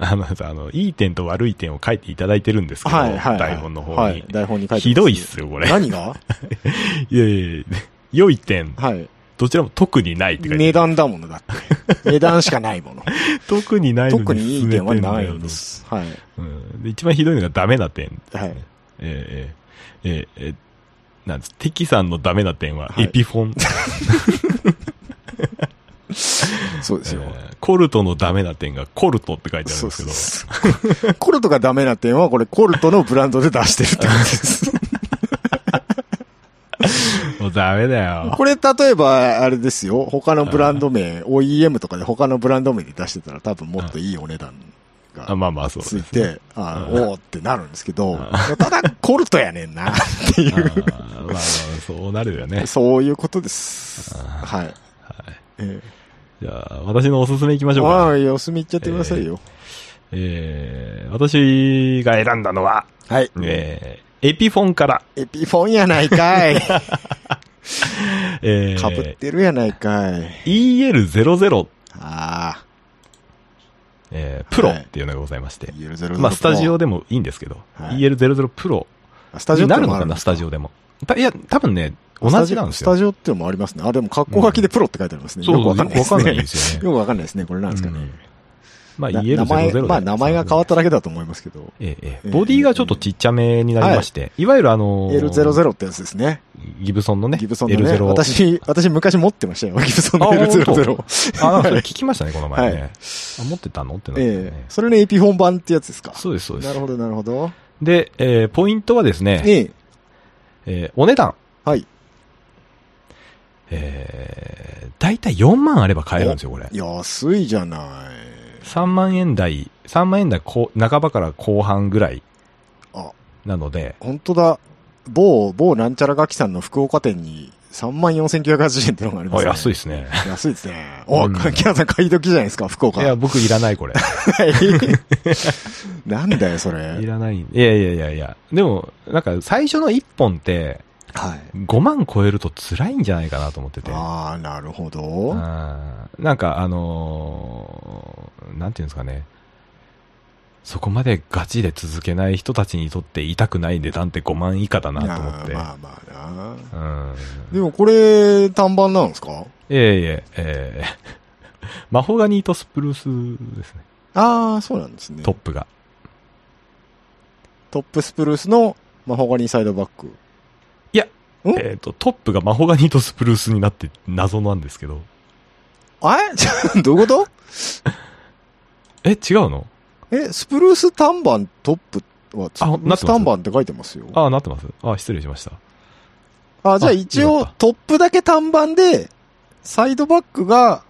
あの、あの、いい点と悪い点を書いていただいてるんですけど、はいはい、はい。台本の方に。はい、台本に書いてますひどいっすよ、これ。何 がいやいやいや良い点、はい。どちらも特にないって書い値てあ段る。だものだ って。値段しかないもの。特にないのに特にいい点はな進めていんだよでとす。はい。うんで一番ひどいのがダメな点ですね。はいええええええなんつ、テキさんのダメな点は、はいエピフォン、そうですよ。ええコルトのダメな点が、コルトって書いてあるんそうでですけす。 コルトがダメな点は、これコルトのブランドで出してるって感じ です。ど、もうダメだよ。これ、例えば、あれですよ。他のブランド名、OEM とかで他のブランド名で出してたら多分もっといいお値段あがまあまあ、そうついです。て、あうんおーってなるんですけどう、ただコルトやねん な、っていあう。ーまあまあ、そうなるよね。そういうことです。うんはい。えじゃあ、私のおすすめいきましえょうかまね、あ、様子見行っちゃってくださいよ。ええ私が選んだのは、はい。ええエピフォンから、エピフォンやない かい。えかぶっえてるやないかい。 EL00、ああ、ええプロっていうのがございまして、 EL00 まあ、スタジオでもいいんですけど、はい EL00 プロあスタジオにってなのるものあかな、スタジオでも。たいや、多分ね、同じなんですスタよ。ジオってのもありますね。あ、でも、格好書きでプロって書いてありますね。そうよくわかんないですよくわかね。んないですよねよくわかんないですね。これなんですかうねん。まあ、な EL00 名前、でまあ、名前が変わっただけだと思いますけど。ええええええボディがちょっとちっちゃめになりまして、いわゆるあのー L00 ってやつですね。ギブソンのね、ギブソンのね。 L0。私、私昔持ってましたよ。ギブソンのあ本当 L00。あ、なんかそれ聞きましたね、この前ね。はあ持ってたのってなって、ね ええ。それのエピ本版ってやつですか。そうです、そうでなるすほ。ど、なるほど。で、えーポイントはですね、ええ。えーお値段。はい。えー、だいたい4万あれば買えるんですよ、これ。安いじゃない。 3万円台、3万円台後半ばから後半ぐらいあ、なので、本当だ。某、某なんちゃらガキさんの福岡店に34,980円ってのがありますね。あ安いですね。安いですね。お、うんキャンさん買い時じゃないですか、福い岡。や、僕いらない、これ。はい なんだよ、それ。いらない。いやいやいやいや。でも、なんか最初の1本って、はい。 5万超えると辛いんじゃないかなと思ってて。ああ、なるほうど。んなんかあのーなんていうんですかね。そこまでガチで続けない人たちにとって痛くない値段って5万以下だなと思って。まあまあまあな。うん。でもこれ、単板なんですかいえいえ、ええマホガニー とスプルースですね。ああ、そうなんですね。トトップが。ップスプルースのマホガニーサイドバック。んえっ、と、トップがマホガニーとスプルースになって謎なんですけど。あれ どういうことえ、違うのえ、スプルース単板トップは、スプあなってルーますス単板って書いてますよ。ああ、なってますああ、失礼しました。あじゃああ一よ応かったトップだけ単板で、サイドバックが、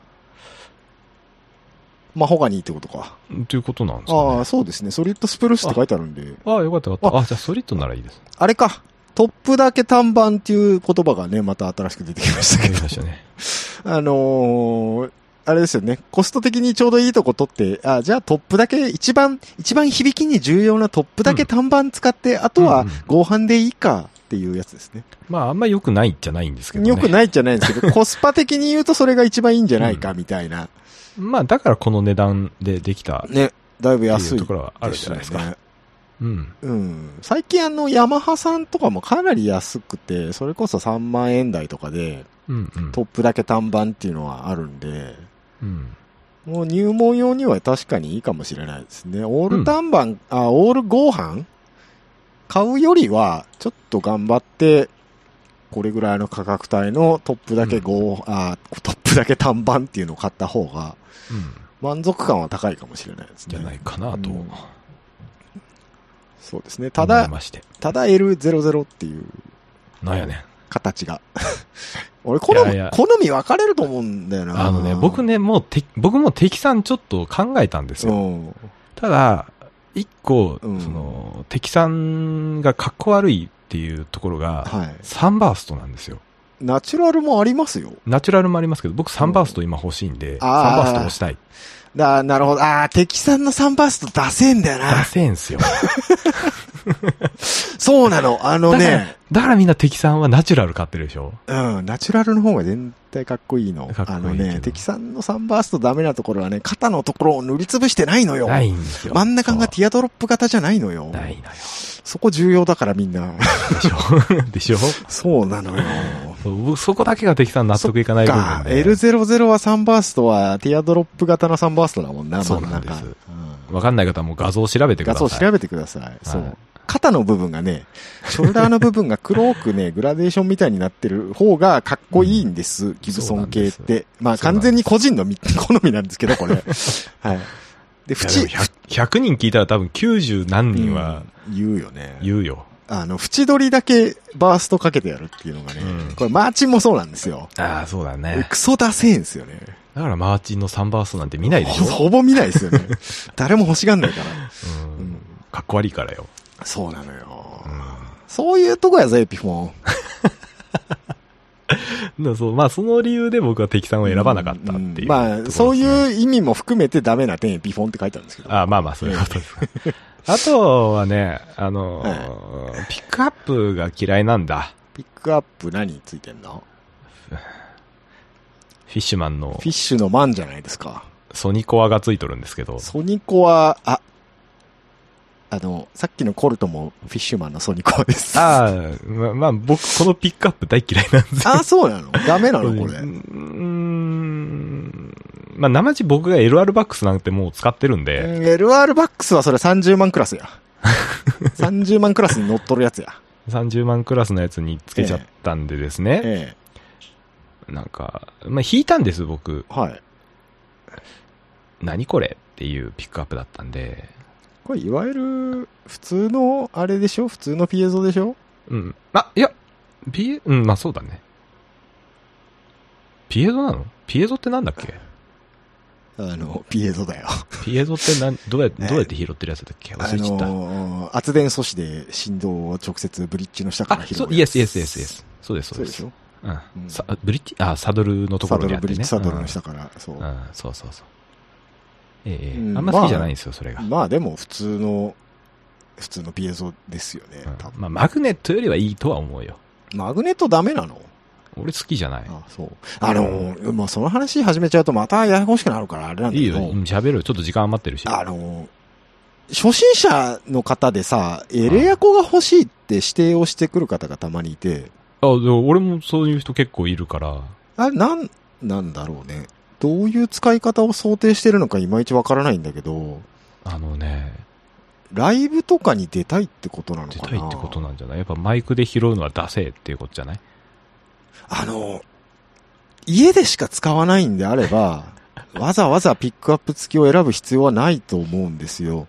マホガニーってことか。ということなんですかああ、ね。そうですね。ソリッドスプルースって書いてあるんで。ああ、よかったよかった。あ、じゃあソリッドならいいです。あれか。トップだけ短板っていう言葉がね、また新しく出てきましたけわかどり。ましたね。 あのーあれですよね。コスト的にちょうどいいとこ取って、あ、じゃあトップだけ、一番、一番響きに重要なトップだけ短板使って、あとうはんうん合板でいいかっていうやつですね。まあ、あんま良くないじゃないんですけどね。よくないじゃないんですけ ど、コスパ的に言うとそれが一番いいんじゃないかみたいな。まあ、だからこの値段でできたっね。だいぶて安いいうでとすこよろはあるじゃないですか。ね。うん。うん。最近あの、ヤマハさんとかもかなり安くて、それこそ3万円台とかで、うん、うん。トップだけ短板っていうのはあるんで、うん。もう入門用には確かにいいかもしれないですね。オール単板、あ、オール合板買うよりは、ちょっと頑張って、これぐらいの価格帯のトップだけ合、あ、トップだけ単板っていうのを買った方が、うん。満足感は高いかもしれないですね。じゃないかなとう思んいそうですね。ただ、まして。ただ L00 っていうなんやねん。形が。 俺、好みいやいや好み分かれると思うんだよな。あのね、僕ね、もうて、僕も敵さんちょっと考えたんですうよ。ん。ただ、一個、そうんの、敵さんがかっこ悪いっていうところが、はい。サンバーストなんですよ。ナチュラルもありますよ。ナチュラルもありますけど、僕サンバースト今欲しいんで、んサあーンバースト押したい。だなるほど。ああ、敵さんのサンバースト出せんだよ出な。せんすよ。そうなの。あのね、だからみんな敵さんはナチュラル買ってるでしょうん、ナチュラルの方が全体かっこいいの。かっこいいあけどのね、敵さんのサンバーストダメなところはね、肩のところを塗りつぶしてないのよ。ないんですよ。真ん中がティアドロップ型じゃないのそよう。ないのよ。そこ重要だからみんな。でしょ でしょそうな のよ。そう僕そこだけが敵さん納得いかない部か分、で。 L00 はサンバーストは、ティアドロップ型のサンバーストだもんな、そう真なんんで中。すうんわかんない方はもう画像を調べてくだ画さ像い。調べてください。そ。はいう肩の部分がね、ショルダーの部分が黒くね、グラデーションみたいになってる方がかっこいいんです。ギブソン系っそうなんでて。まあそうな完んです全に個人のみ 好みなんですけど、これ。はい。で、いや縁で、も 100, 100人聞いたら多分90何人はうん言うよね。言うよ。あの、縁取りだけバーストかけてやるっていうのがねうん、これマーチンもそうなんですよ。ああ、そうだね。クソダセえんですよね。だからマーチンのサンバーストなんて見ないでしほょ、ほぼ見ないですよね。誰も欲しがんないから。ううんん、かっこ悪いからよ。そうなのようん。そういうとこやぞ、エピフォン。だそう、まあその理由で僕は敵さんを選ばなかったっていう、んまあ、そうう。いう意味も含めてダメな点、ビフォンって書いてあるんですけど。あまあまあ、そういうことですか。あとはね、あのーピックアップが嫌いなんだ。ピックアップ何ついてんのフィッシュマンのフィッシュのマンじゃないですか。ソニコアがついとるんですけど、ソニコは、あ、あの、さっきのコルトもフィッシュマンのソニコです。あああ、ままあ僕このピックアップ大嫌いなんですよ。あ、そうなのダメな のこうれー。ん。まあ、生地僕が LR バックスなんてもう使ってるんで、うん LR バックスはそれ30万クラス や。30万クラスに乗っとるやつや。 30万クラスのやつにつけちゃったんでですね。えなんか、まあ、引いたんです、僕。え。はい。何これっていうピックアップだったんで、これ、いわゆる、普通の、あれでしょ普通のピエゾでしょうん。あ、いや、ピエ、うん、まあ、そうだね。ピエゾなのピエゾってなんだっけあの、ピエゾだよ。ピエゾってなん、どうや、ど ねうやって拾ってるやつだっけあ忘れちゃった。のー圧電素子で振動を直接ブリッジの下からあ、拾うやつ。そう、イエスイエスイエスイエス。そうです、そそううで。ですしょう。うんんさブリッジ、あ、サドルのとサころドにル、あっブリてッね。ジサドルうんの下から、そうう。ん、そうそうそう。ええええうんあんま好きじゃないんですよ、それが。まあでも普通の、普通のピエゾですよねうん、多分。まあ、マグネットよりはいいとは思うよ。マグネットダメなの俺好きじゃない。あ、そう。あのー、まあその話始めちゃうとまたややこしくなるからあれなんだいいけよ、ど、うん喋るよ。ちょっと時間余ってるし。あのー、初心者の方でさ、エレアコが欲しいって指定をしてくる方がたまにいて、あでも俺もそういう人結構いるから。あれなん、なんだろうね。どういう使い方を想定してるのかいまいちわからないんだけど、あのね、ライブとかに出たいってことなの出かなたいってことなんじゃないやっぱマイクで拾うのはダセえっていうことじゃないあの、家でしか使わないんであれ ば、わざわざピックアップ付きを選ぶ必要はないと思うんですよ。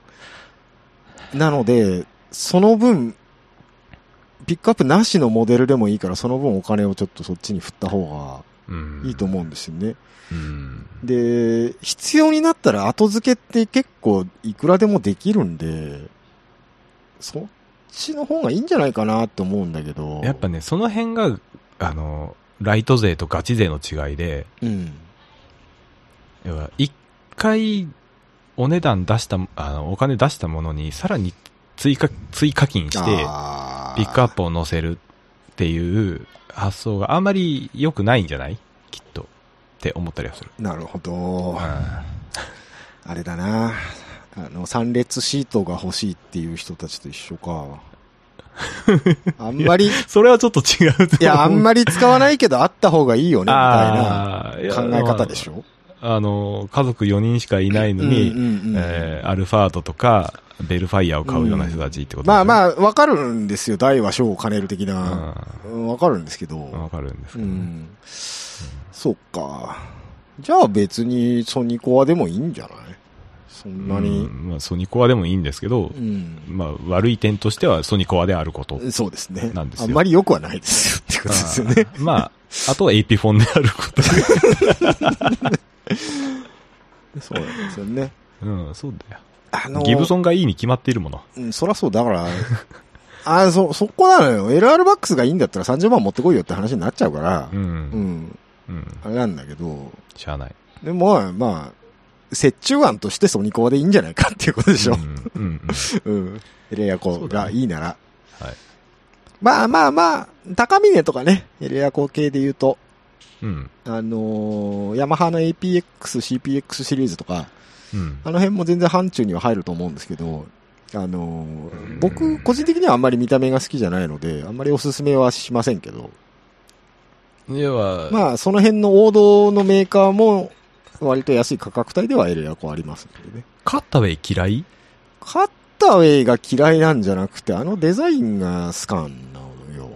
なので、その分、ピックアップなしのモデルでもいいから、その分お金をちょっとそっちに振った方がうんいいと思うんですよね。うん。で、必要になったら後付けって結構いくらでもできるんで、そっちの方がいいんじゃないかなって思うんだけど。やっぱね、その辺が、あの、ライト勢とガチ勢の違いで、うん。要は、一回、お値段出した、あの、お金出したものに、さらに追加、追加金して、あピックアップを乗せるっていう発想があんまり良くないんじゃないきっと。って思ったりはする。なるほど。うあれだな。あの、3列シートが欲しいっていう人たちと一緒か。あんま り、いんそれはちょっと違ういや、あんまり使わないけどあった方がいいよね、みたあーいいやな考え方でしょ。ょあの、家族4人しかいないのに、うんうんうんえーアルファードとか、ベルファイアを買うような人たちってことまあまあ、あ、わかるんですよ。大は小を兼ねる的うな。うんわかるんですけん。わど。かるんですうけどね。ん。そっか。じゃあ別にソニコアでもいいんじゃないそんなうに。んまあ、ソニコアでもいいんですけどう、ん。まあ、悪い点としてはソニコアであること。そうですね。なんですあよんまり良くはないですよ。ってことですよね。あーまあ、あとは AP フォンである こと。 そうなんですよね。うん、そうだよ。あの、ギブソンがいいに決まっているもの。うん、そらそう、だから、あ、そ、そこなのよ。LR バックスがいいんだったら30万持ってこいよって話になっちゃうからう、。うんん、うん。あれなんだけど、しゃあない。でも、まあまあ、折衷案としてソニコアでいいんじゃないかっていうことでしょう。んうんうん。うん。エレアコがいいなら。はい。まあまあまあ、高峰とかね、エレアコ系で言うと、うん。あのーヤマハの APX、CPX シリーズとか、うん。あの辺も全然範疇には入ると思うんですけど、あのうーん僕、個人的にはあんまり見た目が好きじゃないので、あんまりおすすめはしませんけど、要は、まあ、その辺の王道のメーカーも、割と安い価格帯ではエレアコありますのでね。カッタウェイ嫌いカッタウェイが嫌いなんじゃなくて、あのデザインが好かんなのよ。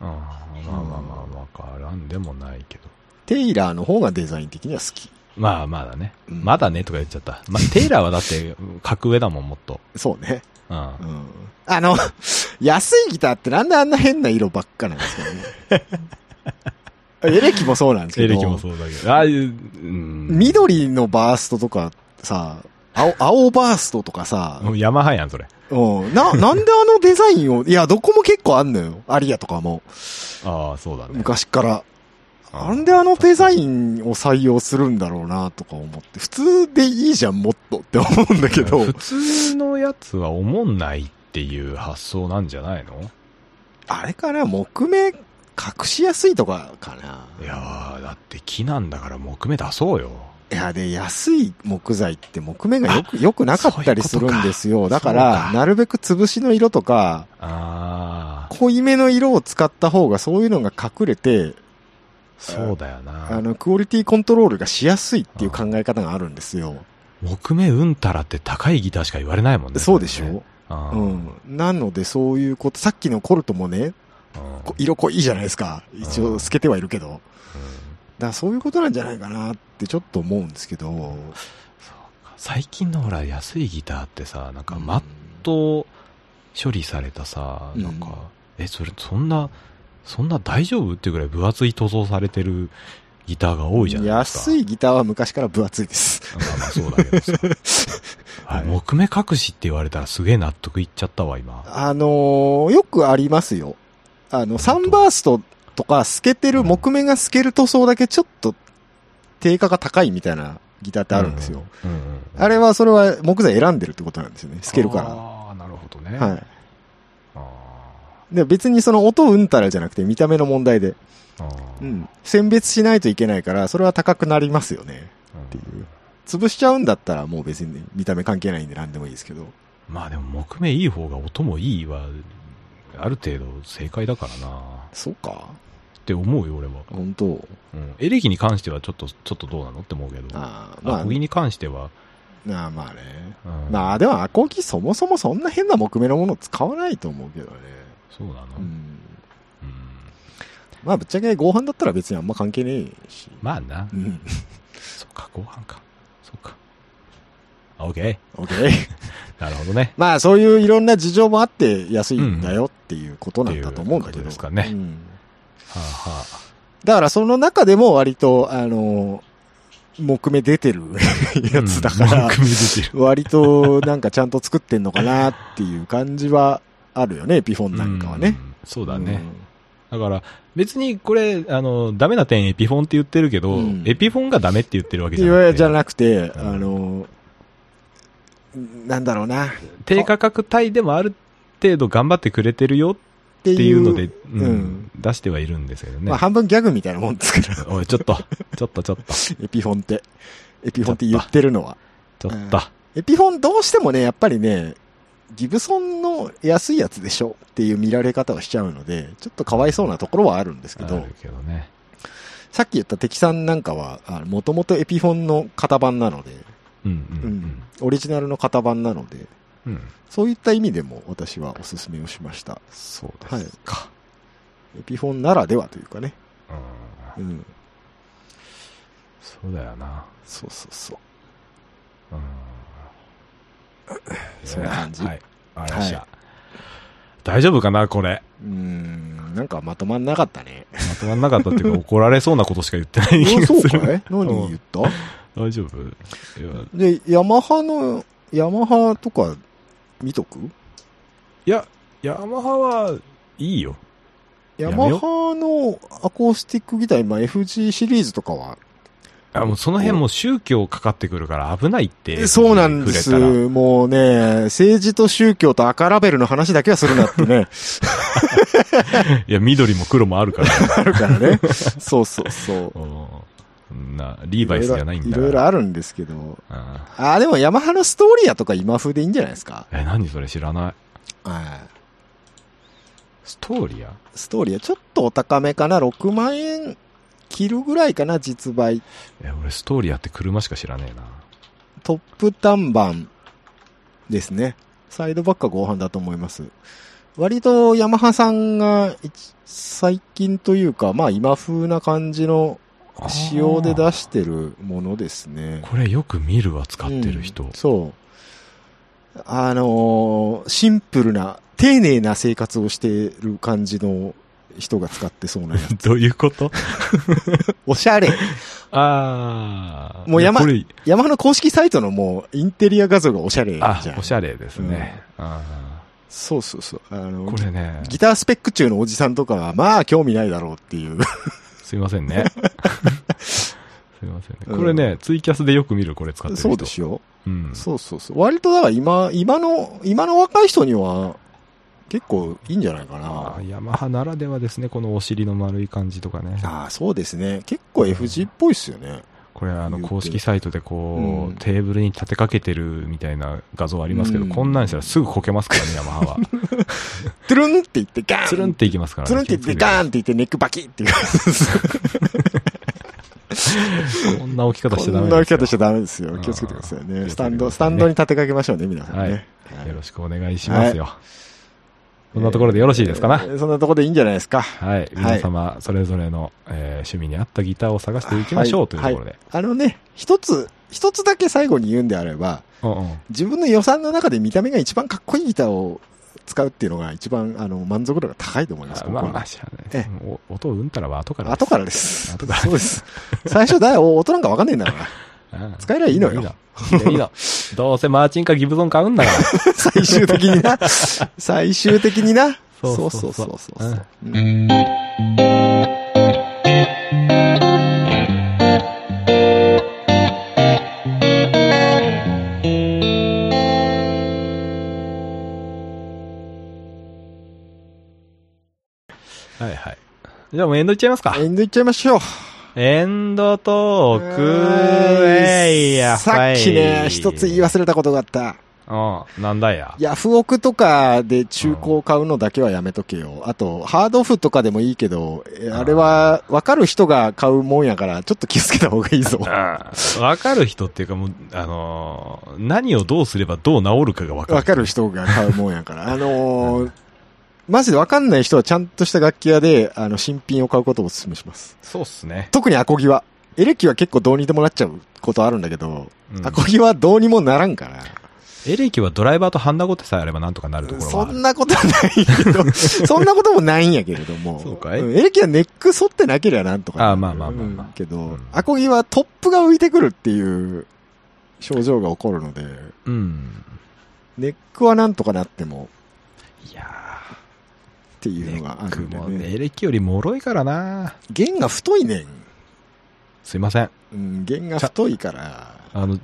あーまあまあまあ、わからんでもないけど。テイラーの方がデザイン的には好き。まあまだね。うんまだねとか言っちゃった。まあ、テイラーはだって、格上だもん、もっと。そうね。うん。うん。あの、 安いギターってなんであんな変な色ばっかなんですかね。 エレキもそうなんですけエど。レキもそうだけど。ああいう、うん。緑のバーストとかさ、青、青バーストとかさ、もうヤマハやん、それ。うん。な、なんであのデザインを、いや、どこも結構あんのよ。アリアとかも。ああ、そうだね。昔から。うんなんであのデザインを採用するんだろうなとか思って。普通でいいじゃん、もっとって思うんだけど。普通のやつは思んないっていう発想なんじゃないのあれかな木目隠しやすいとかかないやー、だって木なんだから木目出そうよ。いや、で、安い木材って木目がよく、よくなかったりするんですそういよ。うこだとかからそう、かなるべく潰しの色とか、あー、濃いめの色を使った方がそういうのが隠れて、そうだよな。あの、クオリティコントロールがしやすいっていう考え方があるんですよ。木目うんたらって高いギターしか言われないもんね。そうでしれねょあうーうん。ん。なのでそういうこと、さっきのコルトもね、こ色濃いじゃないですか。一応透けてはいるけど。うんだからそういうことなんじゃないかなってちょっと思うんですけど。そうか最近のほら安いギターってさ、なんかマまット処理されたさ、なんか、え、それ、そんな、そんな大丈夫っていうぐらい分厚い塗装されてるギターが多いじゃないですか。安いギターは昔から分厚いです。まあまあそうだけどさ。 はい木目隠しって言われたらすげえ納得いっちゃったわ、今。あのーよくありますよ。あの、サンバーストとか透けてる、木目が透ける塗装だけちょっと定価が高いみたいなギターってあるんですよ。うんうんうん。あれは、それは木材選んでるってことなんですよね。透つけるかああ、なるほどね。ら。はあい。で別にその音うんたらじゃなくて見た目の問題で、ーあうー。ん。選別しないといけないから、それは高くなりますよね。っていう。潰しちゃうんだったらもう別に見た目関係ないんで何でもいいですけど。まあでも木目いい方が音もいいは、ある程度正解だからなそうか。って思うよ、俺は。本当うん。エレキに関してはちょっと、ちょっとどうなのって思うけど。あああ、まあ小木、に関しては、まあまあね。うんまあでもアコギそもそもそんな変な木目のもの使わないと思うけどね。そうなの。ううん。ん。まあぶっちゃけ合板だったら別にあんま関係ねえし。まあなう。ん。そっか、後半か。そっか。オッケー。オッケー。なるほどね。 まあそういういろんな事情もあって安いんだよっていうことなんだと思うんだけっていうことど。ですかうねんはあはあ。だからその中でも割と、あの、木目出てる やつだから、組み出てる。割となんかちゃんと作ってんのかなっていう感じはあるよね、エピフォンなんかはね。うん。そうだね。だから、別にこれ、あの、ダメな点エピフォンって言ってるけど、うんエピフォンがダメって言ってるわうけん。じゃいなわゆくるじゃて、なくて、んあの、なんだろうな。っ低価格帯でもある程度頑張ってくれてるよてっていうので、ううんん、出してはいるんですけどね。まあ半分ギャグみたいなもんです から、おい、ちょっと、ちょっと、ちょっと、エピフォンって。エピフォンって言ってるのは。ちょっと。エピフォンどうしてもね、やっぱりね、ギブソンの安いやつでしょっていう見られ方をしちゃうので、ちょっとかわいそうなところはあるんですけあどる、けどね。さっき言った敵さんなんかは、もともとエピフォンの型番なので、うんううんん、オリジナルの型番なので、うん。うん。そういった意味でも私はおすすめをしました。そうはでいすか。エピフォンならではというかね。うんうん。そうだよな。そうそうそう。うん。そんな感じはい。わかりました。大丈夫かなこれ。うーん、なんかまとまんなかったね。まとまんなかったっていうか、怒られそうなことしか言ってない気あがそうすかる。い何言った大丈夫いやで、ヤマハの、ヤマハとか見とくいや、ヤマハはいいよ。ヤやマめよハのアコースティックギター、今 FG シリーズとかは。あもうその辺もう宗教かかってくるから危ないって。そうなんです触れたら。。もうね、政治と宗教と赤ラベルの話だけはするなって ね、いや、緑も黒もあるから。 あるからね。そうそうそう。うんそんな、リーバイスじゃないんだいからろいろあるんですけど。うんあー、でもヤマハのストーリアとか今風でいいんじゃないですか。え、何それ知らない。はいストーリアストーリア、ちょっとお高めかな。6万円切るぐらいかな、実売。え、俺ストーリアって車しか知らねえな。トップ単板ですね。サイドバックは合板だと思います。割とヤマハさんが一最近というか、まあ今風な感じの仕様で出してるものですね。これよく見るわ、使ってる人。うんそう。あのーシンプルな、丁寧な生活をしてる感じの人が使ってそうなや つ。どういうこと おしゃれ。ああ。もう山いやこヤマハの公式サイトのもうインテリア画像がおしゃれれじゃあん。、おしゃれですね。あそうそうそう。あのーこれね、ギタースペック中のおじさんとかは、まあ興味ないだろうっていう。すいませ んね。すいませんね。これね、ツイキャスでよく見る、これ使ってる人。そうでしょ、うん。そうそうそう。割とだから今、今の、今の若い人には、結構いいんじゃないかあなー。ヤマハならではですね、このお尻の丸い感じとかね。ああ、そうですね。結構 FG っぽいっすよね。これあ言のうて公式サイトでこう、うんテーブルに立てかけてるみたいな画像ありますけど、うんこんなんしたらすぐこけますからね、ヤマハは。 トゥルンって言ってガーンつるんっていきますからつね。るんって言ってガーンって言ってネックバキッっていう。ンこんな置き方こしてダんメなで置すきよ。方しちゃダメですよ。気をつけてくださいうんね。スタンド、スタンドに立てかけましょうね、皆さんね。はいよろしくお願いしますよ。こんなところでよろしいですかなえ。ーそんなところでいいんじゃないですか。はい。皆様、それぞれの、えー趣味に合ったギターを探していきましょはういというところで。あのね、一つ、一つだけ最後に言うんであれば、うんうん。自分の予算の中で見た目が一番かっこいいギターを使うっていうのが一番あの満足度が高いと思います。あまあ僕まはあ、知らえない。お音をうんたらは後からです。後からです。後からそうです。最初だよ。音なんかわかんねえんだから。うん使えりゃいいのよいいの。いいの。どうせマーチンかギブソン買うんだから。最終的にな。最終的にな。そうそうそうそうそうそううんはいはい。じゃあもうエンドいっちゃいますか。エンドいっちゃいましょう。エンドトーク、えいや、さっきね、一つ言いわ忘れたことがあった。うん、なんだや。ヤフオクとかで中古を買うのだけはやめとけよ。あと、ハードオフとかでもいいけど、えあれは分かる人が買うもんやから、ちょっと気をつけた方がいい ぞ。うんわかる人っていうかもう、あのー何をどうすればどう治るかがわかる。分かる人が買うもんや から。あのーマジで分かんない人はちゃんとした楽器屋で、あの、新品を買うことをお勧めします。そうっすね。特にアコギは。エレキは結構どうにでもなっちゃうことあるんだけど、うんアコギはどうにもならんから。エレキはドライバーとハンダゴテさえあればなんとかなるところそはある。んなことはないけど、 そんなこともないんやけれども。そうかいんエレキはネック反ってなければなんとかなる。あまあまあまあまあうんけど、うんアコギはトップが浮いてくるっていう症状が起こるので、うん。ネックはなんとかなってもいやってー、いうネのがあッるクんでもね。エレキより脆いからな弦が太いねん。すいません。うん、弦が太いから。あの、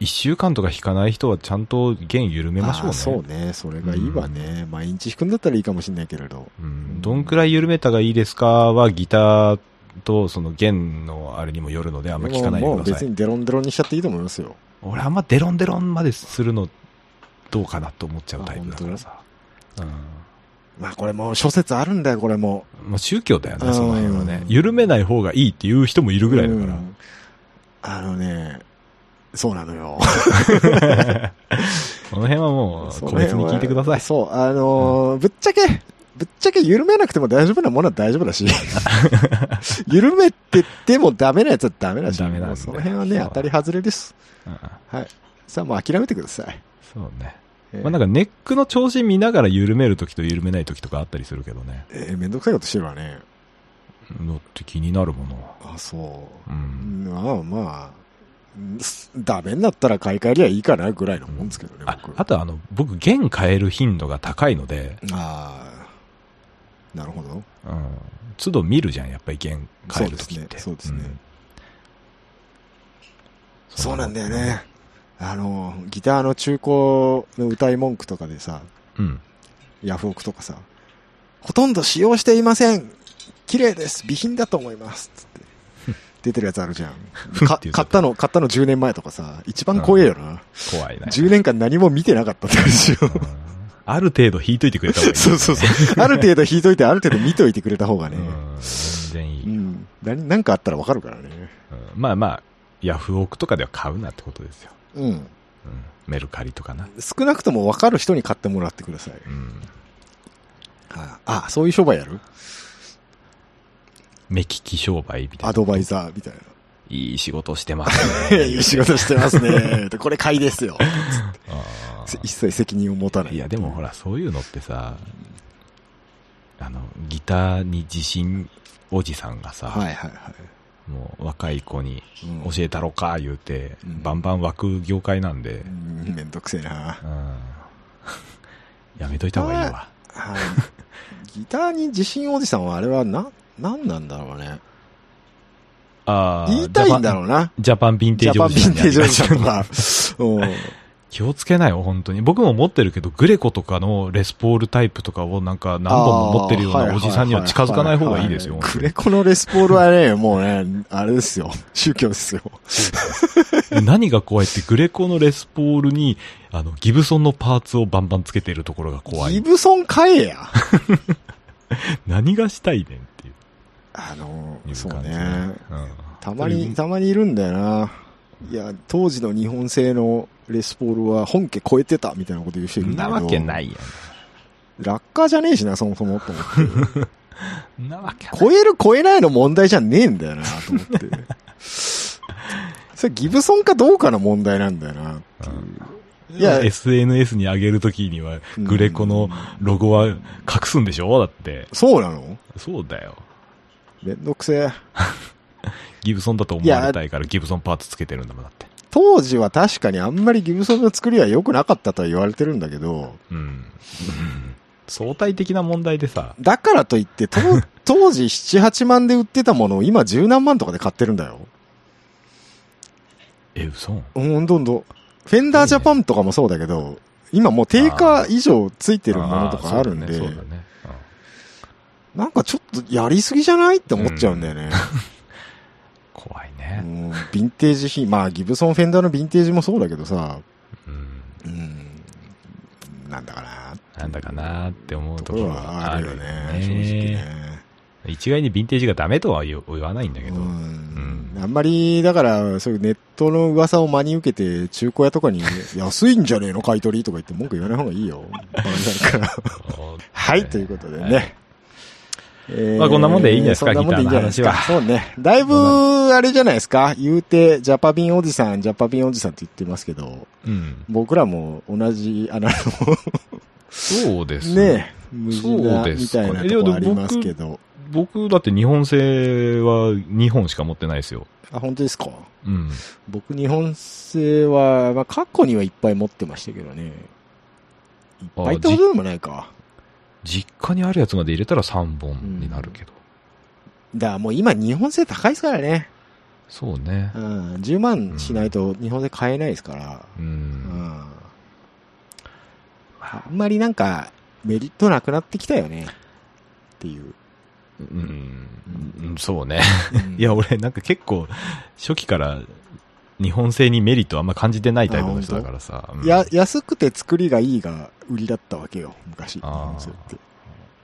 一週間とか弾かない人はちゃんと弦緩めましあょうね。ーそうね。それがいいわね。毎日弾くんだったらいいかもしれないけれど。うん、どんくらい緩めたがいいですかはギターとその弦のあれにもよるのであんま聞かなでいでももくうだ別さい。にデロンデロンにしちゃっていいと思いますよ。俺あんまデロンデロンまでするのどうかなと思っちゃうタイプだからさ。うんまあこれもう諸説あるんだよ、これも。まあ、宗教だよね、その辺はねう。ん緩めない方がいいっていう人もいるぐらいだから。 うんあのね、そうなのよ。この辺 はもう、個別に聞いてください。そう、あのーぶっちゃけ、ぶっちゃけ緩めなくても大丈夫なものは大丈夫だし、 緩めててもダメなやつはダメだし、ダメなんでもうその辺はね、そう当たり外れです。うんさあもう諦めてください。そうね。えーまあ、なんかネックの調子見ながら緩めるときと緩めないときとかあったりするけどね。えーめんどくさいことしてるわね。のって気になるもの。あ、そうう。。うんん、まあまあ、んすダメになったら買い替えりゃいいかなぐらいのもんですけどね、あ僕。あとあの、僕、弦変える頻度が高いので、あーなるほど。うん、都度見るじゃん、やっぱり弦変えるときって。そうですねそうですねんそうなんだよね。。あの、ギターの中古の歌い文句とかでさ、うん。ヤフオクとかさ、ほとんど使用していません。綺麗です。備品だと思います。つ って。出てるやつあるじゃん。かって言っちゃった買ったの、買ったの10年前とかさ、一番怖えよな。怖いね。 10年間何も見てなかったって話よ。うんある程度弾いといてくれた方がい い。そうそうそう。ある程度弾いといて、ある程度見といてくれた方がね。うん全然いい。ううんん。何、何かあったらわかるからね。まあまあ、ヤフオクとかでは買うなってことですよ。うん。うんメルカリとかな。少なくともわかる人に買ってもらってください。うんああ、そういう商売やる目利き商売みたいな。アドバイザーみたいな。 いい仕事してますね。 いい仕事してますね。 これ買いです よ。あー一切責任を持たない。いや、でもほら、そういうのってさ、あの、ギターに自信おじさんがさ、はいはいはもう若い子にい。うん教えたろか言うて、うんバンバン湧く業界なんで、うんめんどくせえな。うん やめといた方がいいわ。はい ギターに自信おじさんはあれはな、なんなんだろうね。あー言いたいんだろうな。ジャパンジャパンヴィンテジャパージおンヴじさィんンにテあーりジおがじさんとか。うちだ ん気をつけないよ、本当に。僕も持ってるけど、グレコとかのレスポールタイプとかをなんか何本も持ってるようあーなおじさんには近づかない方がいいですよ。は本ははク当にレコのレスポールはね、もうね、あれですよ。宗教ですよ。何が怖いって、グレコのレスポールに、あの、ギブソンのパーツをバンバンつけてるところが怖ギい。ブソン買えや。何がしたいねんっていうあのい、そう感じね。うんたまうに、んたまにいるんだよな。いや、当時の日本製のレスポールは本家超えてたみたいなこと言う人いるんんだなけど。わけな。いやラッカーじゃねえしな、そもそもと思って。ん。んなわけない。超える超えないの問題じゃねえんだよな、と思 って。それギブソンかどうかの問題なんだよな。いや SNS に上げるときには、グレコのロゴは隠すんでしょだって。そうなのそうだよ。めんどくせえ。ギブソンだと思われたいからギブソンパーツつけてるんだもん、だって。当時は確かにあんまりギブソンの作りは良くなかったとは言われてるんだけど、うん。相対的な問題でさ、だからといって、と当時7、8万で売ってたものを今10何万とかで買ってるんだよ。え、嘘うん、どんどん。フェンダージャパンとかもそうだけど、今もう定価以上ついてるものとかあるんーでそう、だね。そうだねうんなんかちょっとやりすぎじゃないって思っちゃうんだよね。怖いうね。ん、ヴィンテージ品、まあギブソン・フェンダーのヴィンテージもそうだけどさ、うん。うん、なんだかな、なんだかなーって思うととこころろははああるよるよねね。、正直ね。一概にヴィンテージがダメとは言う言わないんだけうど。ん うんあんまり、だから、そういうネットの噂を真に受けて、中古屋とかに、安いんじゃねえの買い取りとか言って 文句言わない方がいいよ。バカになるからあーはい、ということでね。えまあこんなもんでいいんじゃないですかそんなもんでいいんじゃないですかギタそうね。だいぶ、あれじゃないですか。言うて、ジャパビンおじさん、ジャパビンおじさんって言ってますけど、うん。僕らも同じ穴の、そうですね、無事なそうでみすたかいねなとこありますけど。僕だって日本製は2本しか持ってないですよ。あ、本当ですかうん。僕、日本製は、まあ、過去にはいっぱい持ってましたけどね。いっぱいってほどでもないか。実家にあるやつまで入れたら3本になるけど。だからもう今、日本製高いですからね。そうねう。ん。10万しないと日本製買えないですから。う。うんん。あんまりなんか、メリットなくなってきたよね。っていう。うん。うんそうね。うんいや、俺なんか結構、初期から日本製にメリットあんま感じてないタイプの人だからさ。うんや、安くて作りがいいが売りだったわけよ。昔、日あ本ー製って。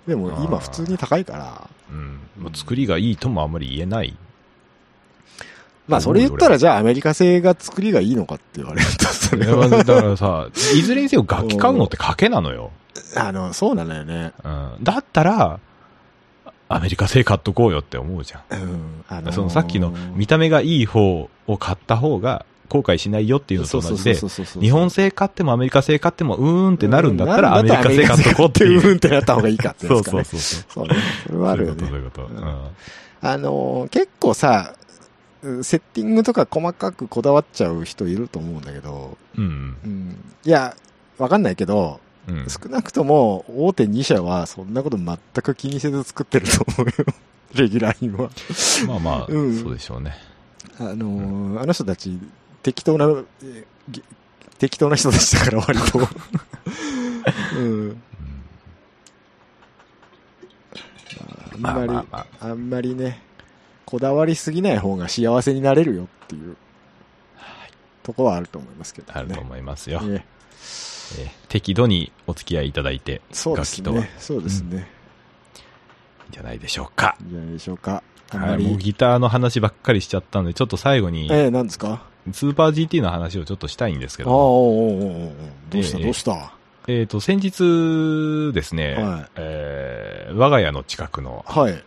でも今普通に高いから。うん。まあ作りがいいともあんまり言えない。まあそれ言ったらじゃあアメリカ製が作りがいいのかって言われるとそいれやはまあ。だか らさ、いずれにせよ楽器買うのって賭けなのよ。あの、そうなのよね。うん。だったら、アメリカ製買っとこうよって思うじゃん。うん。あそのさっきの見た目がいい方を買った方が後悔しないよっていうのと同じで、日本製製買ってもアメリカ製買ってもうーんってなるんだったらアうんメリカ製買っとこうってういんう。ってなった方がいいかってや そうつかそうね。そうそそう。うね。それはあるよそうね。いうこと、そういうこうと。うんん。あのー、結構さ、うんセッティングとか細かくこだわっちゃう人いると思うんだけど、うん。うん。いや、わかんないけど、うん。少なくとも大手2社はそんなこと全く気にせず作ってると思うよ。 レギュラー品は。まあまあ、うんそうでしょうね。あのーあの人たち、適当な、えーぎ適当な人でしたから、割 と。うん。うんあんまあまり、まああまあ。んまりね、こだわりすぎない方が幸せになれるよっていう、とこはあると思いますけどね。あると思いますよ。えええー適度にお付き合いいただいて、そうで楽す器とはいいんね。そうですね。じゃないでしょうか。いいんじゃないでしょうか。あんはまい、もり。うギターの話ばっかりしちゃったので、ちょっと最後に、ええ、なんですかスーパー GT の話をちょっとしたいんですけああ、おど、うおうおうおうどうしたええどうしたえっ、と、先日ですね、はいえー我が家の近くのはい。はい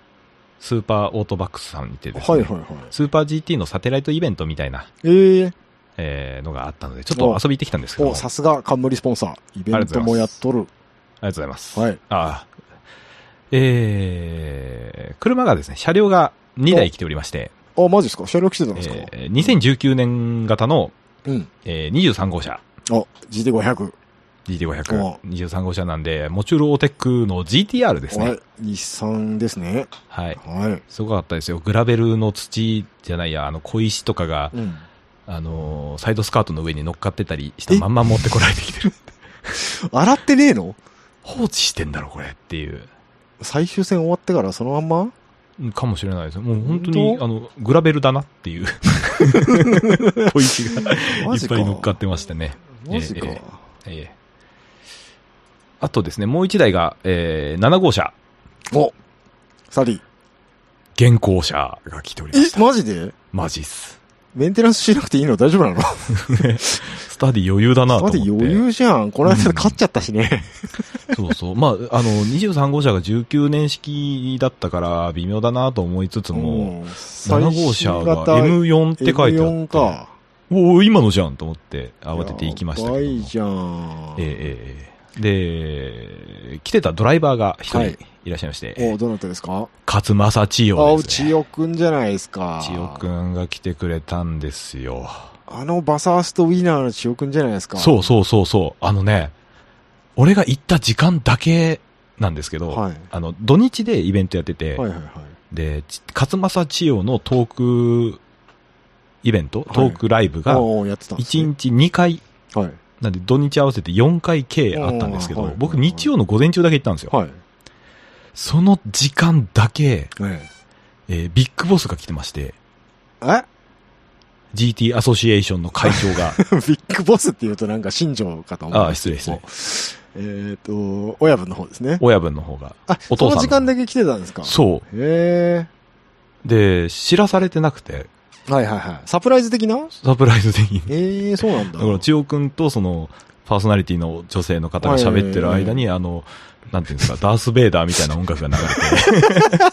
スーパーオートバックスさんにてですはね、いはい。スーパー GT のサテライトイベントみたいな、ええ。えーのがあったので、ちょっと遊び行ってきたんですけども、お、ありさすが冠スポンサー。イベントもやっとる。がとうございます。はい。あーえー車がですね、車両が2台来ておりまして、あ、マジですか車両来てたんですか、えー2019年型の、うん。えー23号車、あ、GT500。 GT500、23号車なんで、モチュールオーテックの GTR ですはねい。。日産ですね。はい。はすごかったですよ。グラベルの土じゃないや、あの、小石とかがい。、うん。あのーサイドスカートの上に乗っかってたりしたまんま持ってこられてきてる。 洗ってねえの放置してんだろ、これっていう。最終戦終わってからそのまん まうんかもしれないです。もう本当に本、当あの、グラベルだなって いう。小石がいっマジか。ぱい乗っかってましたね。マジか。えええあとですね、もう一台が、えー、7号車、おサリー。現行車が来ておりましえ、た。マジでマジっす。メンテナンスしなくていいの大丈夫なのだスタディ余裕だなと思っってて。余裕じゃん。この間勝っちゃったしね。そうそう。まあ、あの、23号車が19年式だったから微妙だなと思いつつも、うん、 7号車が M4 M4 って書いてあって、 M4 か。おお、今のじゃんと思って慌てて行きましたけども。やばいじゃん。ええええで、来てたドライバーが一はい人いらっしゃいまして、お、どなたですか勝正千代あ、です、ね。千代くんじゃないですか。千代くんが来てくれたんですよ。あのバサーストウィナーの千代くんじゃないですか。そうそうそうそう。あのね、俺が行った時間だけなんですけど、はい。あの、土日でイベントやってて、はいはいはい。で、ち勝正千代のトークイベント、いトークライブが、おーやってたんです1ね。日2回、はい。なんで土日合わせて4回計あったんですけおーはどい、僕日曜の午前中だけ行ったんですよ。はい。その時間だけ、ええービッグボスが来てまして、え。え GT アソシエーションの会長 が、ビッグボスって言うとなんか新庄かと思う。あー失礼失礼。えっと、親分の方ですね。親分の方が、あ、お父さんそのの時間だけ来てたんですかそへう。で、知らされてなくて、え。はいはいはい。サプライズ的なサプライズ的に。ええ、そうなんだ。だから千代くんとその、パーソナリティの女性の方が喋ってる間に、あの、なんていうんですか、ダース・ベイダーみたいな音楽が流れ て、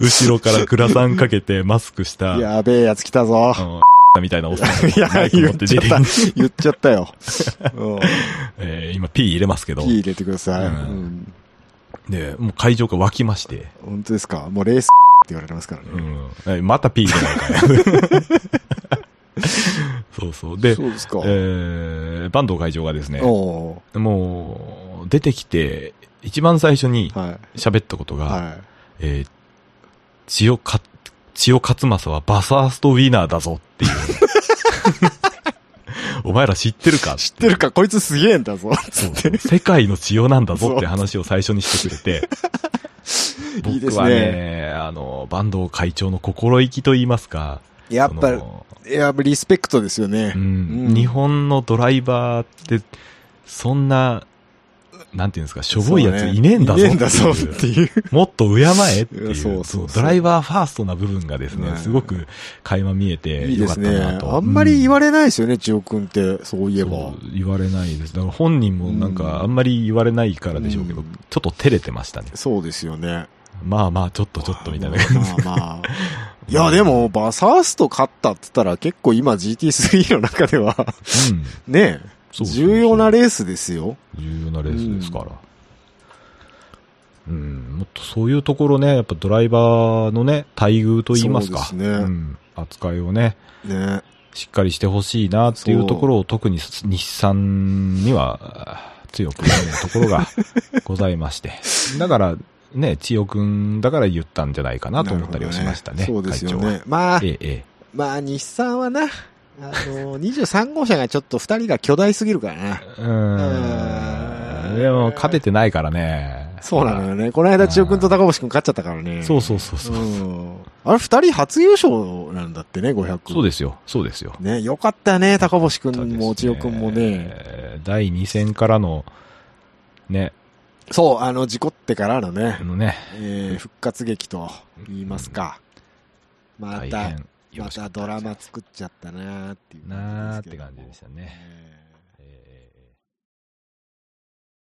後ろからグラサンかけてマスクした、あやべえやつ来たぞ。の、みたいなおっさん いやが、マイ、ク持言っってち出ゃてっきたて、。言っちゃった よ。うん。えー今 P 入れますけど火、入れてください。ううんん。で、もう会場が沸きまして、本当ですかもうレースって言われてますからうね。んえまた P 入れないから。 そうそう。で、そうですか。えー、バンド会場がですね、おーもう、出てきて、一番最初にはい。喋ったことが、はえー、千代か、千代勝正はバサーストウィナーだぞっていう。 お前ら知ってるかい。知ってるかこいつすげえんだぞ。つそうっそてう。世界の千代なんだぞって話を最初にしてく れて。いいですね僕はね、あの、バンド会長の心意気と言いますか。やっぱそ、のいやっぱリスペクトですよねう。んうん日本のドライバーって、そんな、なんていうんですか、しょぼいやつそうねいねえんだぞいっねえんてだぞっいう。ていう。もっと敬えっていいうやそうそうそうドライバーファーストな部分がですうね、んすごく垣間見えていいでよかっすたね。なと。あんまり言れわれないですよね、千代くんって。そういえば。言われないです。だから本人もなんうんかあんまり言われないからでしょうけど、うんちょっと照れてましたね。そうですよね。まあまあ、ちょっとちょっとみたいな感じ。まあま あ。いや、でも、バサースト勝ったって言ったら結構今 GT3 の中では、 うん。ねえそうそうそう重要なレースですよ。重要なレースですから。うん、もっとそういうところね、やっぱドライバーのね、待遇といいますか、そうですねん、扱いをね、ねしっかりしてほしいなっていうところを特に日産にはあー強く思うとこ ろがございまして。だから、ね、千代くんだから言ったんじゃないかなと思ったりはしましたね。なるほどそうですよ会長はね。まあ、ええ、えまあ、日産はな、あの、23号車がちょっと2人が巨大すぎるからな。 え。うーうんん。でも、勝ててないからね。そうなのよね。この間、千代くんと高橋くん勝っちゃったからね。そうそうそうそう。うん。あれ、二人初優勝なんだってね、500。そうですよ。そうですよ。ね、よかったね、高星くそうんですねも千代くんもね。。第2戦からの、ね、そう、あの、事故ってからのねあ、のね、えー復活劇と言いますか。ま大た、変よまろしかたったドラマ作っちゃったなーっていう感じですけども。なーって感じでしたね。えー